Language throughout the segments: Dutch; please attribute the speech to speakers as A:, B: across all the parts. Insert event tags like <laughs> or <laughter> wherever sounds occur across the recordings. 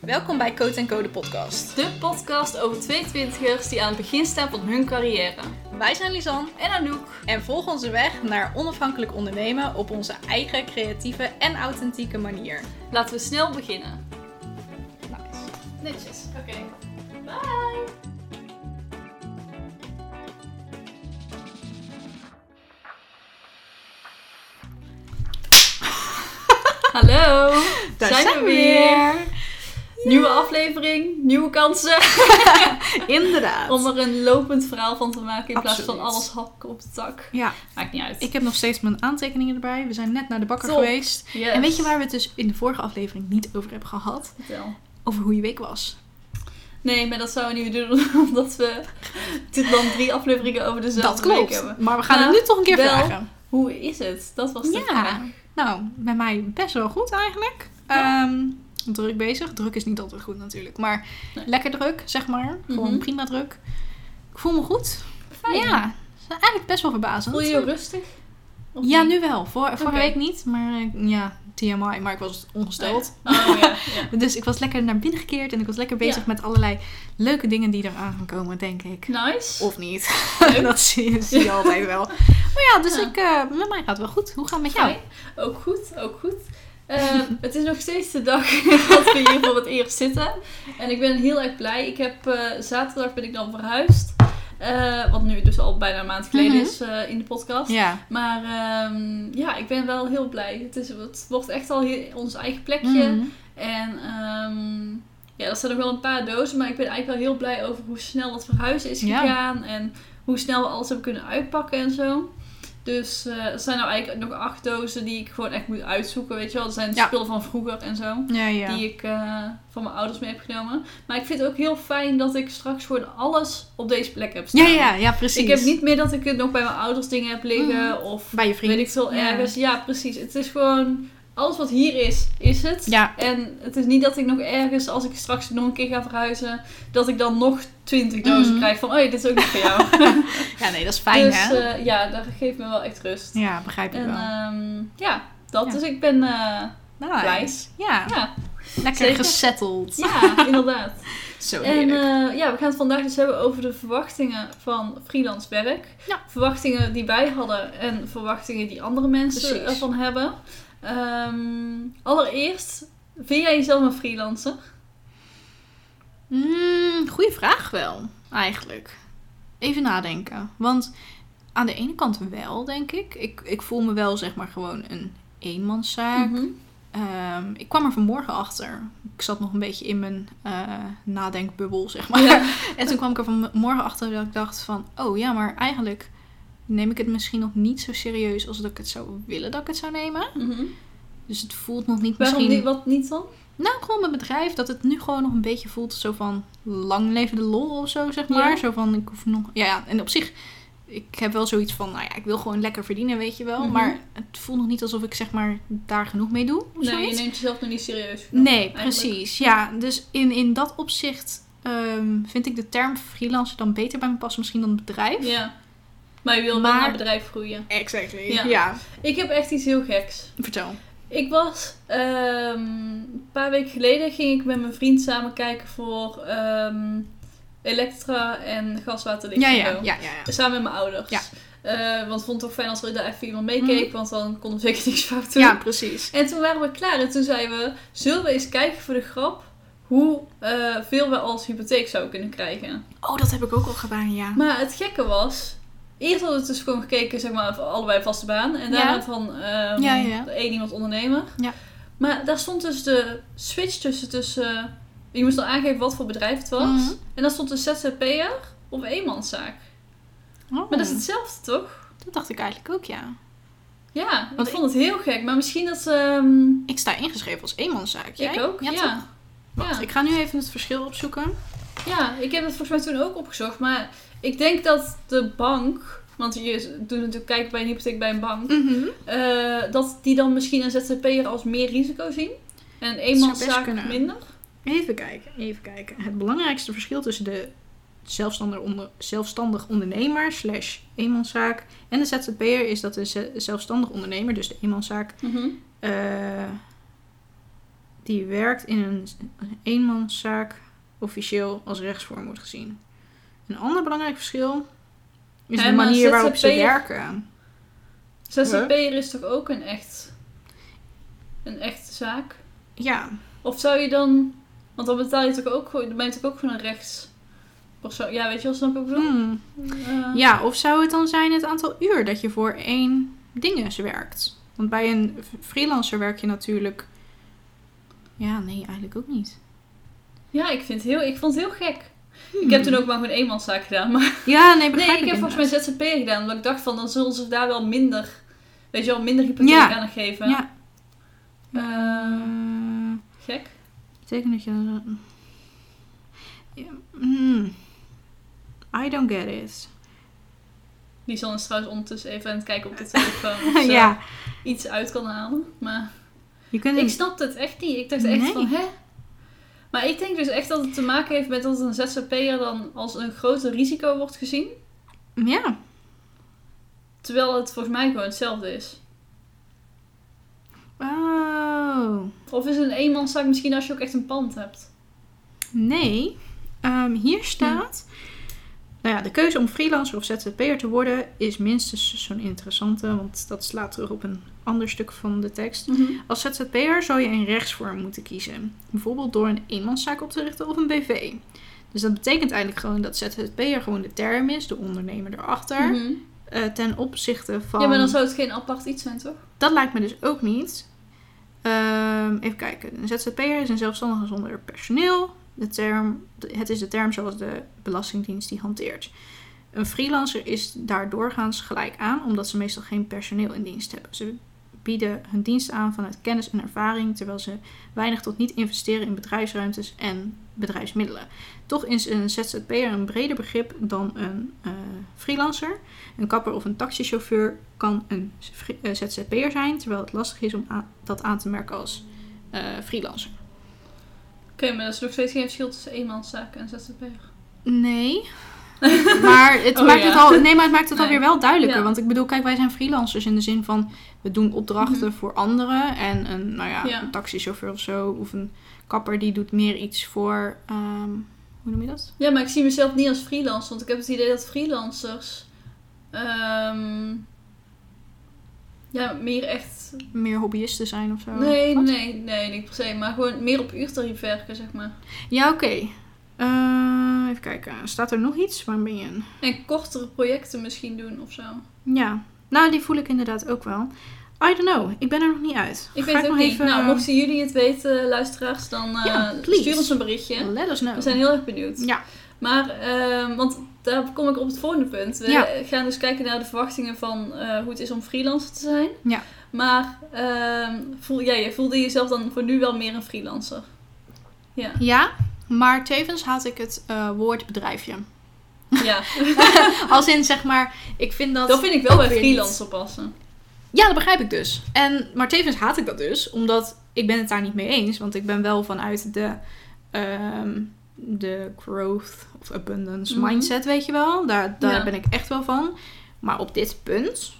A: Welkom bij Code Code podcast.
B: De podcast over 22ers die aan het begin staan van hun carrière.
A: Wij zijn Lisanne
B: En Anouk.
A: en volg onze weg naar onafhankelijk ondernemen op onze eigen creatieve en authentieke manier.
B: Laten we snel beginnen.
A: Nice.
B: Netjes. Oké. Bye. <laughs> Hallo.
A: Daar zijn we weer.
B: Nieuwe aflevering, nieuwe kansen. <laughs>
A: Inderdaad.
B: Om er een lopend verhaal van te maken in plaats van
A: Absoluut.
B: alles hakken op de tak.
A: Ja,
B: Maakt niet uit.
A: ik heb nog steeds mijn aantekeningen erbij. We zijn net naar de bakker
B: Top.
A: geweest.
B: Yes.
A: En weet je waar we het dus in de vorige aflevering niet over hebben gehad?
B: Vertel.
A: Over hoe je week was.
B: Nee, maar dat zouden we niet meer doen, <laughs> omdat we dit dan drie afleveringen over dezelfde
A: dat klopt.
B: week hebben.
A: Maar we gaan
B: Nou,
A: het nu toch een keer
B: wel.
A: vragen.
B: Hoe is het? Dat was de
A: Ja.
B: vraag.
A: Nou, bij mij best wel goed eigenlijk.
B: Ja.
A: Ehm, druk bezig. Druk is niet altijd goed natuurlijk. Maar
B: Nee.
A: lekker druk, zeg maar. Gewoon
B: Mhm.
A: prima druk. Ik voel me goed.
B: Fijn.
A: Ja, dat is eigenlijk best wel verbazend.
B: Voel je je rustig? Of
A: Ja,
B: niet?
A: nu wel. Vor, vorige
B: Oké.
A: week niet. Maar eh, ja, TMI. Maar ik was ongesteld.
B: Oh ja, ja.
A: Dus ik was lekker naar binnen gekeerd. En ik was lekker bezig
B: Ja.
A: met allerlei leuke dingen die eraan gaan komen, denk ik.
B: Nice.
A: Of niet. <laughs>
B: Leuk.
A: dat zie je, zie je altijd wel. Maar ja, dus
B: Ja.
A: Ik, eh, met mij gaat het wel goed. Hoe gaat het met jou?
B: Fijn. Ook goed, ook goed. Eh, <laughs> het is nog steeds de dag <laughs> dat we hier voor het eerst zitten. En ik ben heel erg blij. Ik heb, eh, zaterdag ben ik dan verhuisd. Eh, wat nu dus al bijna een maand geleden
A: Mhm.
B: is eh, in de podcast.
A: Ja.
B: Maar ehm, ja, ik ben wel heel blij. Het, is, het wordt echt al he- ons eigen plekje.
A: Mhm.
B: En ehm, ja, er staan nog wel een paar dozen. Maar ik ben eigenlijk wel heel blij over hoe snel dat verhuizen is
A: Ja.
B: gegaan. En hoe snel we alles hebben kunnen uitpakken en zo. Dus eh, er zijn nou eigenlijk nog acht dozen die ik gewoon echt moet uitzoeken. Weet je wel, er zijn
A: Ja.
B: spullen van vroeger en zo.
A: Ja, ja.
B: Die ik eh, van mijn ouders mee heb genomen. Maar ik vind het ook heel fijn dat ik straks gewoon alles op deze plek heb staan.
A: Ja, ja, ja, precies. Mhm.
B: Ik heb niet meer dat ik het nog bij mijn ouders dingen heb liggen. Of
A: bij je vriend.
B: Weet ik veel
A: Ja.
B: ergens. Ja. precies. Het is gewoon alles wat hier is, is het.
A: Ja,
B: En het is niet dat ik nog ergens, als ik straks nog een keer ga verhuizen, dat ik dan nog 20 dozen
A: Mhm.
B: krijg van, oh ja, dit is ook niet voor jou.
A: ja, nee, dat is <laughs> fijn,
B: dus
A: hè?
B: eh, ja, dat geeft me wel echt rust.
A: ja, begrijp ik
B: En
A: wel.
B: ehm, ja, dat.
A: Ja.
B: Dus ik ben eh,
A: Nice. <laughs>
B: blij.
A: Ja,
B: Ja,
A: lekker
B: Zeker.
A: gesetteld.
B: ja inderdaad.
A: Zo
B: En
A: heerlijk.
B: eh, ja, we gaan het vandaag dus hebben over de verwachtingen van freelance werk.
A: Ja.
B: Verwachtingen die wij hadden en verwachtingen die andere mensen
A: Precies.
B: ervan hebben. Ehm, allereerst, vind jij jezelf een freelancer?
A: Mm, goeie vraag wel, eigenlijk. Even nadenken. Want aan de ene kant wel, denk ik. Ik, ik voel me wel, zeg maar, gewoon een eenmanszaak.
B: Mhm.
A: Ehm, ik kwam er vanmorgen achter. Ik zat nog een beetje in mijn eh, nadenkbubbel, zeg maar.
B: Ja.
A: <laughs> En toen kwam ik er vanmorgen achter dat ik dacht van... Oh ja, maar eigenlijk neem ik het misschien nog niet zo serieus als dat ik het zou willen dat ik het zou nemen.
B: Mhm.
A: Dus het voelt nog niet
B: Waarom
A: misschien...
B: niet, wat niet dan?
A: Nou, gewoon mijn bedrijf. Dat het nu gewoon nog een beetje voelt zo van lang leven de lol of zo, zeg maar.
B: Ja.
A: Zo van, ik hoef nog... Ja, ja, en op zich, ik heb wel zoiets van... Nou ja, ik wil gewoon lekker verdienen, weet je wel.
B: Mhm.
A: Maar het voelt nog niet alsof ik zeg maar daar genoeg mee doe. of
B: Nee, je
A: zoiets.
B: neemt jezelf nog niet serieus. genoeg,
A: Nee,
B: eigenlijk.
A: precies. Ja, dus in, in dat opzicht ehm, vind ik de term freelancer dan beter bij me passen misschien dan bedrijf.
B: Ja. Maar je wil wel
A: Maar-
B: naar bedrijf groeien.
A: Exactly. Ja.
B: Ja. Ik heb echt iets heel geks.
A: vertel.
B: Ik was ehm, een paar weken geleden ging ik met mijn vriend samen kijken voor ehm, Elektra en gaswaterlicht.
A: Ja,
B: en
A: ja,
B: zo.
A: ja, ja. ja.
B: Samen met mijn ouders.
A: Ja. Mhm.
B: Eh, want ik vond het toch fijn als er daar even iemand meekeek, want dan kon er zeker niks fout doen.
A: Ja, precies.
B: En toen waren we klaar en toen zeiden we, zullen we eens kijken voor de grap hoe eh, veel we als hypotheek zouden kunnen krijgen.
A: Oh, dat heb ik ook al gedaan, ja.
B: Maar het gekke was, eerst hadden we dus gewoon gekeken, zeg maar, voor allebei vaste baan. En daarna
A: Ja.
B: van ehm,
A: Ja, ja.
B: de een iemand ondernemer.
A: Ja.
B: Maar daar stond dus de switch tussen, tussen eh, je moest dan aangeven wat voor bedrijf het was.
A: Mhm.
B: En dan stond de ZZP'er of eenmanszaak.
A: Oh,
B: Maar dat is hetzelfde, toch?
A: dat dacht ik eigenlijk ook, ja.
B: Ja, ik
A: Want
B: vond het heel gek. Maar misschien dat... ehm,
A: Ik sta ingeschreven als eenmanszaak. Jij?
B: ik ook, ja.
A: toch?
B: Ja.
A: Wacht, ik ga nu even het verschil opzoeken.
B: Ja, ik heb het volgens mij toen ook opgezocht. Maar ik denk dat de bank... Want je doet natuurlijk kijken bij een hypotheek bij een bank. eh, dat die dan misschien een ZZP'er als meer risico zien. En
A: best
B: eenmanszaak
A: kunnen.
B: minder.
A: Even kijken, even kijken. Het belangrijkste verschil tussen de zelfstandig, onder, zelfstandig ondernemer slash eenmanszaak. En de ZZP'er is dat een ze- zelfstandig ondernemer, dus de eenmanszaak,
B: Mhm.
A: eh, die werkt in een een eenmanszaak officieel als rechtsvorm wordt gezien. Een ander belangrijk verschil is
B: Ja,
A: de
B: maar een
A: manier waarop ze
B: ZZP'er
A: werken.
B: ZZP'er is toch ook een echt... Een echte zaak?
A: Ja,
B: Of zou je dan... Want dan betaal je toch ook gewoon... Dan ben je toch ook gewoon een rechtspersoon... Ja, weet je wel, snap ik wat ik bedoel?
A: hmm.
B: Eh,
A: ja, of zou het dan zijn het aantal uur dat je voor één dinges werkt? Want bij een f- freelancer werk je natuurlijk... Ja, nee, eigenlijk ook niet.
B: ja, ik, vind het heel, ik vond het heel gek. Ik heb toen ook maar gewoon een eenmanszaak gedaan. Maar
A: Ja, Hmm. <laughs> nee,
B: Nee,
A: begrijp
B: ik heb
A: inderdaad.
B: volgens mij ZZP gedaan. Omdat ik dacht van, dan zullen ze daar wel minder, weet je wel, minder hypotheek
A: Ja.
B: aan geven.
A: Ja.
B: Eh,
A: Eh,
B: gek.
A: betekent dat je... dan- Ja, hmm. I don't get it.
B: Die zal is trouwens ondertussen even aan het
A: <laughs>
B: kijken op de telefoon of ze
A: ja,
B: iets uit kan halen. Maar
A: je kunt...
B: ik snapte het echt niet. Ik dacht echt
A: Nee.
B: van, hè? Maar ik denk dus echt dat het te maken heeft met dat een ZZP'er dan als een groter risico wordt gezien.
A: Ja,
B: Terwijl het volgens mij gewoon hetzelfde is.
A: oh...
B: Of is een eenmanszaak misschien als je ook echt een pand hebt.
A: Nee. Ehm, hier staat. Nou ja, de keuze om freelancer of ZZP'er te worden is minstens zo'n interessante, want dat slaat terug op een ander stuk van de tekst. Als ZZP'er zou je een rechtsvorm moeten kiezen, bijvoorbeeld door een eenmanszaak op te richten of een BV. Dus dat betekent eigenlijk gewoon dat ZZP'er gewoon de term is, de ondernemer erachter,
B: Mhm.
A: eh, ten opzichte van.
B: Ja, maar dan zou het geen apart iets zijn, toch?
A: Dat lijkt me dus ook niet. Ehm, even kijken. Een ZZP'er is een zelfstandige zonder personeel. De term, de- het is de term zoals de Belastingdienst die hanteert. Een freelancer is daar doorgaans gelijk aan, omdat ze meestal geen personeel in dienst hebben. Ze bieden hun dienst aan vanuit kennis en ervaring, terwijl ze weinig tot niet investeren in bedrijfsruimtes en bedrijfsmiddelen. Toch is een ZZP'er een breder begrip dan een eh, freelancer. Een kapper of een taxichauffeur kan een fri- eh, ZZP'er zijn, terwijl het lastig is om aan- dat aan te merken als eh, freelancer.
B: Oké, maar dat is nog steeds geen verschil tussen eenmanszaak en zzp'er.
A: Nee. <laughs> maar, het
B: Oh,
A: maakt
B: ja.
A: het al, nee, maar het maakt het
B: Nee.
A: alweer wel duidelijker.
B: Ja. Mhm.
A: Want ik bedoel, kijk, wij zijn freelancers in de zin van we doen opdrachten voor anderen. En een, nou ja,
B: Ja.
A: een taxichauffeur of zo, of een kapper die doet meer iets voor. ehm, hoe noem je dat?
B: Ja, maar ik zie mezelf niet als freelancer, want ik heb het idee dat freelancers ehm, ja, meer echt...
A: Meer hobbyisten zijn of zo.
B: Nee,
A: Oh, Wat?
B: nee, nee, niet per se, maar gewoon meer op uurtarief werken, zeg maar.
A: Ja, oké. Eh, even kijken. Staat er nog iets? Waar ben je een?
B: En kortere projecten misschien doen of zo.
A: Ja, nou die voel ik inderdaad ook wel. I don't know, ik ben er nog niet uit.
B: Ik
A: Ga
B: weet het
A: nog
B: ook niet.
A: even- eh,
B: Nou, mochten jullie het weten, luisteraars, dan eh,
A: Ja, please.
B: stuur ons een berichtje.
A: Let us know.
B: We zijn heel erg benieuwd.
A: Ja,
B: Maar, ehm, want daar kom ik op het volgende punt. We
A: Ja.
B: gaan dus kijken naar de verwachtingen van eh, hoe het is om freelancer te zijn.
A: Ja.
B: Maar ehm, voel, ja, je voelde jezelf dan voor nu wel meer een
A: <laughs>
B: freelancer. Ja.
A: ja maar tevens haat ik het eh, woord
B: <laughs>
A: bedrijfje.
B: ja.
A: Als in zeg maar, ik vind dat.
B: Dat vind ik wel
A: ook
B: bij
A: weer
B: freelancer passen.
A: Ja, dat begrijp ik dus. En, maar tevens haat ik dat dus, omdat ik ben het daar niet mee eens. Want ik ben wel vanuit de, ehm, de growth of abundance
B: Mhm.
A: mindset, weet je wel. Daar, daar
B: Ja.
A: ben ik echt wel van. Maar op dit punt,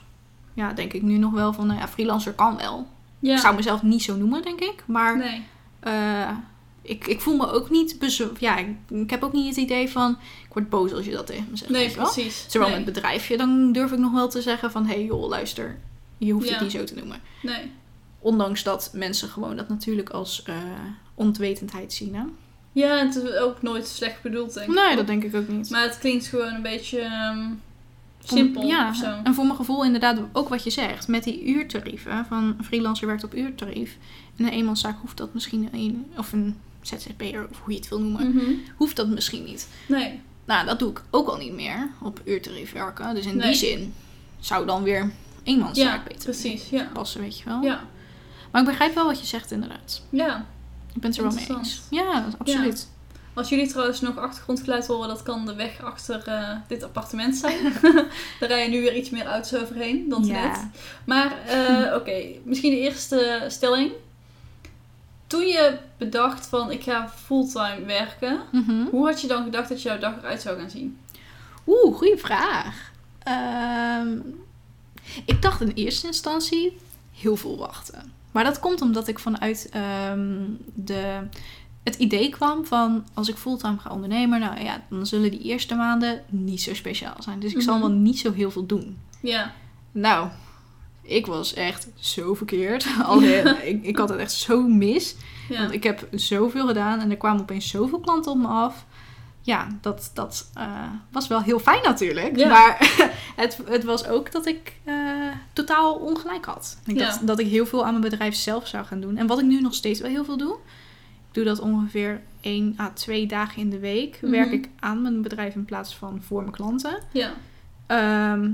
A: ja, denk ik nu nog wel van, nou ja, freelancer kan wel.
B: Ja.
A: Ik zou mezelf niet zo noemen, denk ik. Maar
B: Nee.
A: eh, ik, ik voel me ook niet bezo- Ja, ik, ik heb ook niet het idee van. Ik word boos als je dat tegen me zegt.
B: Nee,
A: weet je wel.
B: precies.
A: Terwijl
B: nee.
A: met bedrijfje, dan durf ik nog wel te zeggen van hé hey, joh, luister. Je hoeft
B: Ja.
A: het niet zo te noemen.
B: nee.
A: Ondanks dat mensen gewoon dat natuurlijk als eh, onwetendheid zien. Hè?
B: Ja, en het is ook nooit slecht bedoeld, denk ik.
A: Nee, dat denk ik ook niet.
B: Maar het klinkt gewoon een beetje ehm,
A: Om-
B: simpel
A: ja,
B: of zo.
A: En voor mijn gevoel inderdaad ook wat je zegt. Met die uurtarieven. Van een freelancer werkt op uurtarief. En een eenmanszaak hoeft dat misschien een... Of een ZZP'er, of hoe je het wil noemen.
B: Mhm.
A: Hoeft dat misschien niet.
B: Nee.
A: Nou, dat doe ik ook al niet meer op uurtarief werken. Dus in
B: Nee.
A: die zin zou dan weer eenmanszaak
B: Ja,
A: beter
B: precies. Ja.
A: passen, weet je wel.
B: Ja.
A: Maar ik begrijp wel wat je zegt inderdaad.
B: Ja.
A: Ik ben het er wel mee
B: Interessant.
A: eens. Ja, absoluut.
B: Als jullie trouwens nog achtergrondgeluid horen, dat kan de weg achter eh, dit appartement
A: <laughs>
B: zijn. Daar rijden nu weer iets meer auto's overheen dan
A: Ja. <laughs>
B: net. Maar eh, oké, misschien de eerste stelling. toen je bedacht van ik ga fulltime werken,
A: Mhm.
B: hoe had je dan gedacht dat jouw dag eruit zou gaan zien?
A: Oeh, goede vraag. Ehm, ik dacht in eerste instantie heel veel wachten. Maar dat komt omdat ik vanuit ehm, de, het idee kwam van als ik fulltime ga ondernemen, nou ja, dan zullen die eerste maanden niet zo speciaal zijn. Dus ik zal
B: Mhm.
A: wel niet zo heel veel doen.
B: Ja,
A: Nou, ik was echt zo verkeerd. <laughs> Als in, ik, ik had het echt zo mis.
B: ja.
A: Want ik heb zoveel gedaan en er kwamen opeens zoveel klanten op me af. Ja, dat, dat eh, was wel heel fijn natuurlijk.
B: Ja.
A: Maar <laughs> het, het was ook dat ik eh, totaal ongelijk had. Ik
B: Ja.
A: dacht dat ik heel veel aan mijn bedrijf zelf zou gaan doen. En wat ik nu nog steeds wel heel veel doe. Ik doe dat ongeveer 1 à 2 dagen in de week. Werk
B: Mhm.
A: ik aan mijn bedrijf in plaats van voor mijn klanten.
B: ja.
A: Ehm,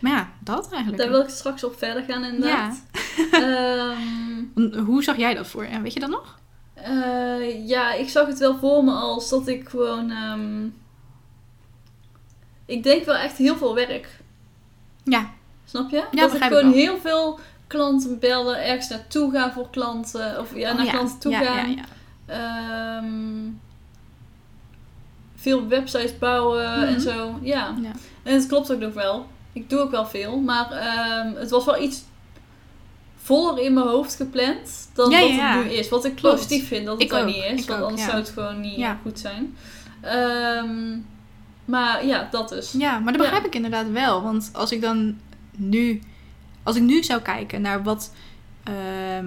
A: maar ja, dat eigenlijk.
B: Daar wil ik straks op verder gaan inderdaad. Ehm,
A: Hoe zag jij dat voor je? Weet je dat nog?
B: eh, ja, ik zag het wel voor me als dat ik gewoon... ehm, ik denk wel echt heel veel werk.
A: Ja.
B: Snap je?
A: Ja,
B: dat ik
A: begrijp ik
B: gewoon
A: wel.
B: heel veel klanten bellen, ergens naartoe gaan voor klanten. Of ja,
A: Oh,
B: naar klanten toe
A: ja,
B: gaan.
A: ja, ja.
B: Ehm, veel websites bouwen
A: Mhm.
B: en zo. Ja.
A: Ja.
B: En het klopt ook nog wel. Ik doe ook wel veel. Maar ehm, het was wel iets voller in mijn hoofd gepland dan
A: Ja,
B: wat
A: ja, ja.
B: het nu is. Wat ik
A: Klopt.
B: positief vind dat het
A: Ik
B: er
A: ook,
B: niet is.
A: ik
B: want
A: ook,
B: anders
A: ja.
B: zou het gewoon niet
A: Ja.
B: goed zijn. Ehm, maar ja, dat dus.
A: Ja, maar dat
B: Ja.
A: begrijp ik inderdaad wel. Want als ik dan nu, als ik nu zou kijken naar wat ehm,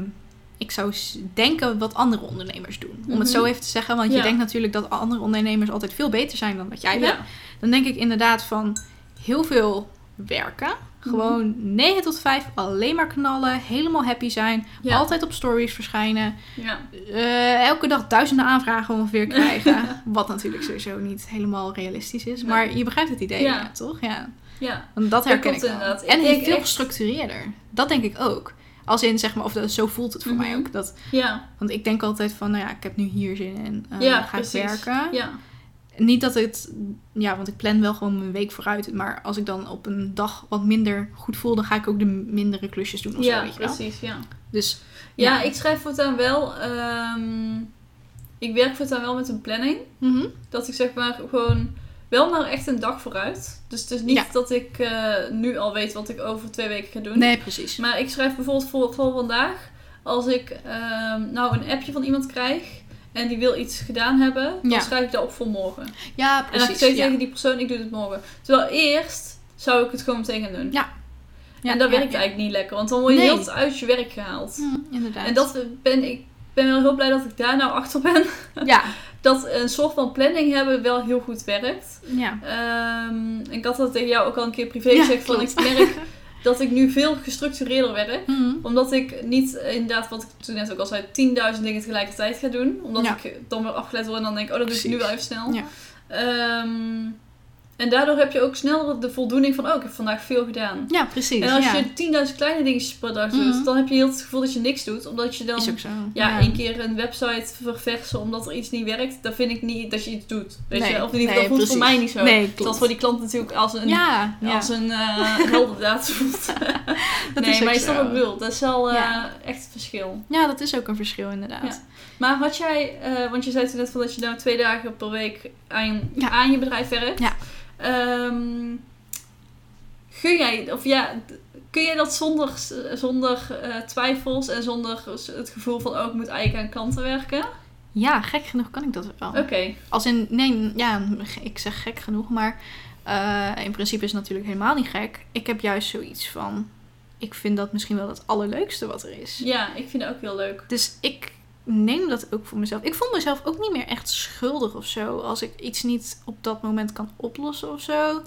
A: ik zou s- denken wat andere ondernemers doen. Om het
B: Mhm.
A: zo even te zeggen. Want je
B: Ja.
A: denkt natuurlijk dat andere ondernemers altijd veel beter zijn dan wat jij bent.
B: ja.
A: Dan denk ik inderdaad van heel veel werken.
B: Mhm.
A: Gewoon 9 tot 5 alleen maar knallen. Helemaal happy zijn.
B: Ja.
A: Altijd op stories verschijnen.
B: ja.
A: eh, elke dag duizenden aanvragen ongeveer krijgen.
B: <laughs>
A: wat natuurlijk sowieso niet helemaal realistisch is.
B: Nee.
A: Maar je begrijpt het idee,
B: Ja.
A: ja, toch? Ja.
B: Ja,
A: Want dat herken
B: klopt
A: ik wel.
B: inderdaad. Ik
A: En
B: denk
A: veel
B: echt-
A: gestructureerder. Dat denk ik ook. Als in, zeg maar, of dat, zo voelt het voor mij
B: Mhm.
A: ook. Dat,
B: ja,
A: want ik denk altijd van, nou ja, ik heb nu hier zin in. eh,
B: ja,
A: ga
B: precies.
A: ik werken.
B: Ja,
A: Niet dat het... Ja, want ik plan wel gewoon mijn week vooruit. Maar als ik dan op een dag wat minder goed voel... dan ga ik ook de mindere klusjes doen of zo,
B: ja
A: weet je wel.
B: precies. Ja.
A: Dus
B: Ja,
A: Ja.
B: ik schrijf voortaan wel. ehm, ik werk voortaan wel met een planning.
A: mhm.
B: Dat ik zeg maar gewoon wel maar echt een dag vooruit. Dus het is niet
A: Ja.
B: dat ik eh, nu al weet wat ik over twee weken ga doen.
A: nee, precies.
B: Maar ik schrijf bijvoorbeeld voor, voor vandaag. Als ik ehm, nou een appje van iemand krijg en die wil iets gedaan hebben, dan
A: Ja.
B: schrijf ik dat op voor morgen.
A: Ja,
B: en dan
A: precies.
B: zeg ik
A: ja.
B: tegen die persoon, ik doe het morgen. Terwijl eerst zou ik het gewoon meteen gaan doen.
A: Ja,
B: en dat
A: ja,
B: werkt
A: ja.
B: eigenlijk niet lekker, want dan word je
A: Nee.
B: heel de tijd uit je werk gehaald.
A: Hm, inderdaad.
B: En dat ben ik ben wel heel blij dat ik daar nou achter ben. <laughs>
A: Ja.
B: Dat een soort van planning hebben wel heel goed werkt.
A: ja.
B: Ehm, ik had dat tegen jou ook al een keer privé
A: Ja,
B: gezegd. Van ik
A: klopt. <laughs>
B: merk dat ik nu veel gestructureerder werk.
A: Mhm.
B: Omdat ik niet eh, inderdaad, wat ik toen net ook al zei, 10.000 dingen tegelijkertijd ga doen. Omdat
A: Ja.
B: ik dan weer afgeleid word en dan denk ik, oh dat doe ik nu
A: Precies.
B: wel even
A: Ja.
B: snel. Ehm, en daardoor heb je ook sneller de voldoening van, oh ik heb vandaag veel gedaan.
A: Ja, precies.
B: En als
A: ja.
B: je 10.000 kleine dingetjes per dag doet,
A: Mhm.
B: dan heb je heel het gevoel dat je niks doet. Omdat je dan
A: Is ook zo.
B: ja, één keer een website verversen omdat er iets niet werkt, dan vind ik niet dat je iets doet. Weet
A: Nee,
B: je? Of in ieder geval
A: nee,
B: voelt het voor
A: precies.
B: mij niet zo.
A: Nee,
B: dat
A: klopt.
B: voor die klant natuurlijk als een,
A: Ja, ja.
B: als een eh
A: <laughs>
B: heldendaad voelt.
A: dat
B: nee,
A: is ook
B: maar je snapt
A: zo.
B: wat ik bedoel. Dat is wel eh,
A: Ja.
B: echt het verschil.
A: Ja, dat is ook een verschil inderdaad.
B: Maar had jij, eh, want je zei toen net van dat je nou twee dagen per week aan,
A: Ja.
B: aan je bedrijf werkt.
A: Ja.
B: Ehm, gun jij, of ja, d- kun jij dat zonder, zonder eh, twijfels en zonder het gevoel van, oh, ik moet eigenlijk aan klanten werken?
A: Ja, gek genoeg kan ik dat wel.
B: Oké.
A: Als in, nee, ja, ik zeg gek genoeg, maar eh, in principe is het natuurlijk helemaal niet gek. Ik heb juist zoiets van, ik vind dat misschien wel het allerleukste wat er is.
B: Ja, ik vind het ook heel leuk.
A: Dus ik neem dat ook voor mezelf. Ik voel mezelf ook niet meer echt schuldig of zo, als ik iets niet op dat moment kan oplossen of zo.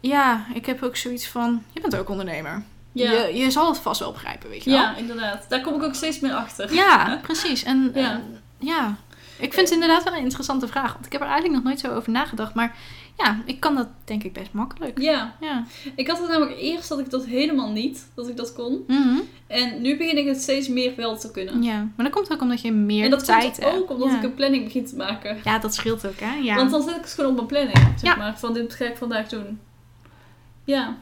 A: Ja, ik heb ook zoiets van, je bent ook ondernemer.
B: Ja.
A: Je, je zal het vast wel begrijpen, weet je wel.
B: ja, inderdaad. Daar kom ik ook steeds meer achter. <laughs>
A: Ja, precies. En eh,
B: Ja.
A: ja. ik vind het inderdaad wel een interessante vraag. Want ik heb er eigenlijk nog nooit zo over nagedacht. Maar ja, ik kan dat denk ik best makkelijk.
B: Ja,
A: Ja.
B: ik had het namelijk eerst dat ik dat helemaal niet, dat ik dat kon.
A: Mhm.
B: En nu begin ik het steeds meer wel te kunnen.
A: ja. Maar dat komt ook omdat je meer
B: en dat
A: tijd
B: komt ook
A: hebt.
B: omdat
A: ja.
B: ik een planning begin te maken.
A: Ja, dat scheelt ook, hè? Ja.
B: Want dan zet ik het gewoon op mijn planning, zeg
A: Ja.
B: maar. Van dit ga ik vandaag doen. Ja,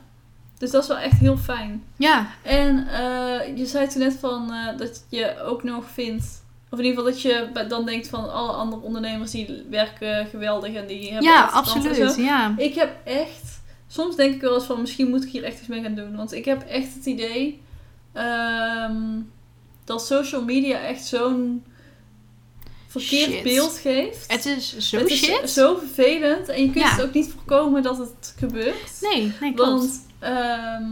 B: Dus dat is wel echt heel fijn.
A: Ja,
B: En eh, je zei toen net van eh, dat je ook nog vindt, of in ieder geval dat je bij- dan denkt van alle andere ondernemers die werken geweldig en die hebben
A: ja
B: het strand en
A: absoluut.
B: zo.
A: Ja.
B: <laughs> Ik heb echt, soms denk ik wel eens van misschien moet ik hier echt iets mee gaan doen. Want ik heb echt het idee ehm, dat social media echt zo'n verkeerd
A: Shit.
B: beeld geeft.
A: Het is zo
B: Het is
A: shit.
B: zo vervelend en je kunt
A: Ja.
B: het ook niet voorkomen dat het gebeurt.
A: Nee, nee, klopt.
B: Want ehm,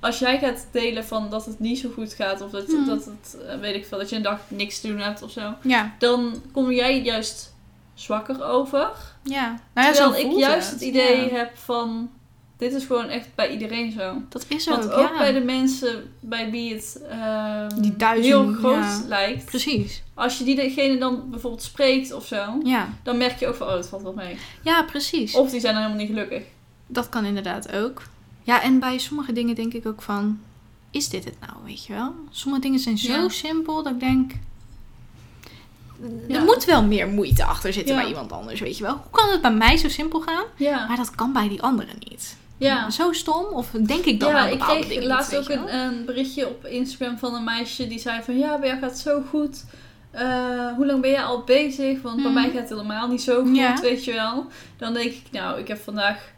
B: als jij gaat delen van dat het niet zo goed gaat, of dat,
A: Hmm.
B: dat het, eh, weet ik veel, dat je een dag niks te doen hebt of zo,
A: ja,
B: dan kom jij juist zwakker over.
A: ja. Nou ja, zo
B: terwijl ik
A: voelt
B: juist
A: het.
B: het idee
A: Ja.
B: heb van, dit is gewoon echt bij iedereen zo.
A: Dat is ook,
B: Want ook
A: ja.
B: bij de mensen bij wie het ehm,
A: Die duizend,
B: heel groot
A: ja.
B: lijkt,
A: Precies.
B: als je diegene dan bijvoorbeeld spreekt of zo,
A: Ja.
B: dan merk je ook van, oh, dat valt wel mee.
A: ja, precies.
B: Of die zijn dan helemaal niet gelukkig.
A: Dat kan inderdaad ook. Ja, en bij sommige dingen denk ik ook van... Is dit het nou, weet je wel? Sommige dingen zijn zo
B: Ja.
A: simpel dat ik denk...
B: Ja.
A: Er moet wel meer moeite achter zitten
B: Ja.
A: bij iemand anders, weet je wel? Hoe kan het bij mij zo simpel gaan?
B: Ja,
A: Maar dat kan bij die anderen niet.
B: ja.
A: Zo stom? Of denk ik dan
B: Ja,
A: aan
B: ik
A: bepaalde
B: kreeg
A: dingen
B: laatst
A: niet,
B: ook
A: weet je wel?
B: een, eh, een berichtje op Instagram van een meisje die zei van ja, bij jou gaat het zo goed. Eh, hoe lang ben jij al bezig? Want bij
A: Mhm.
B: mij gaat het helemaal niet zo goed,
A: Ja.
B: weet je wel. Dan denk ik, nou, ik heb vandaag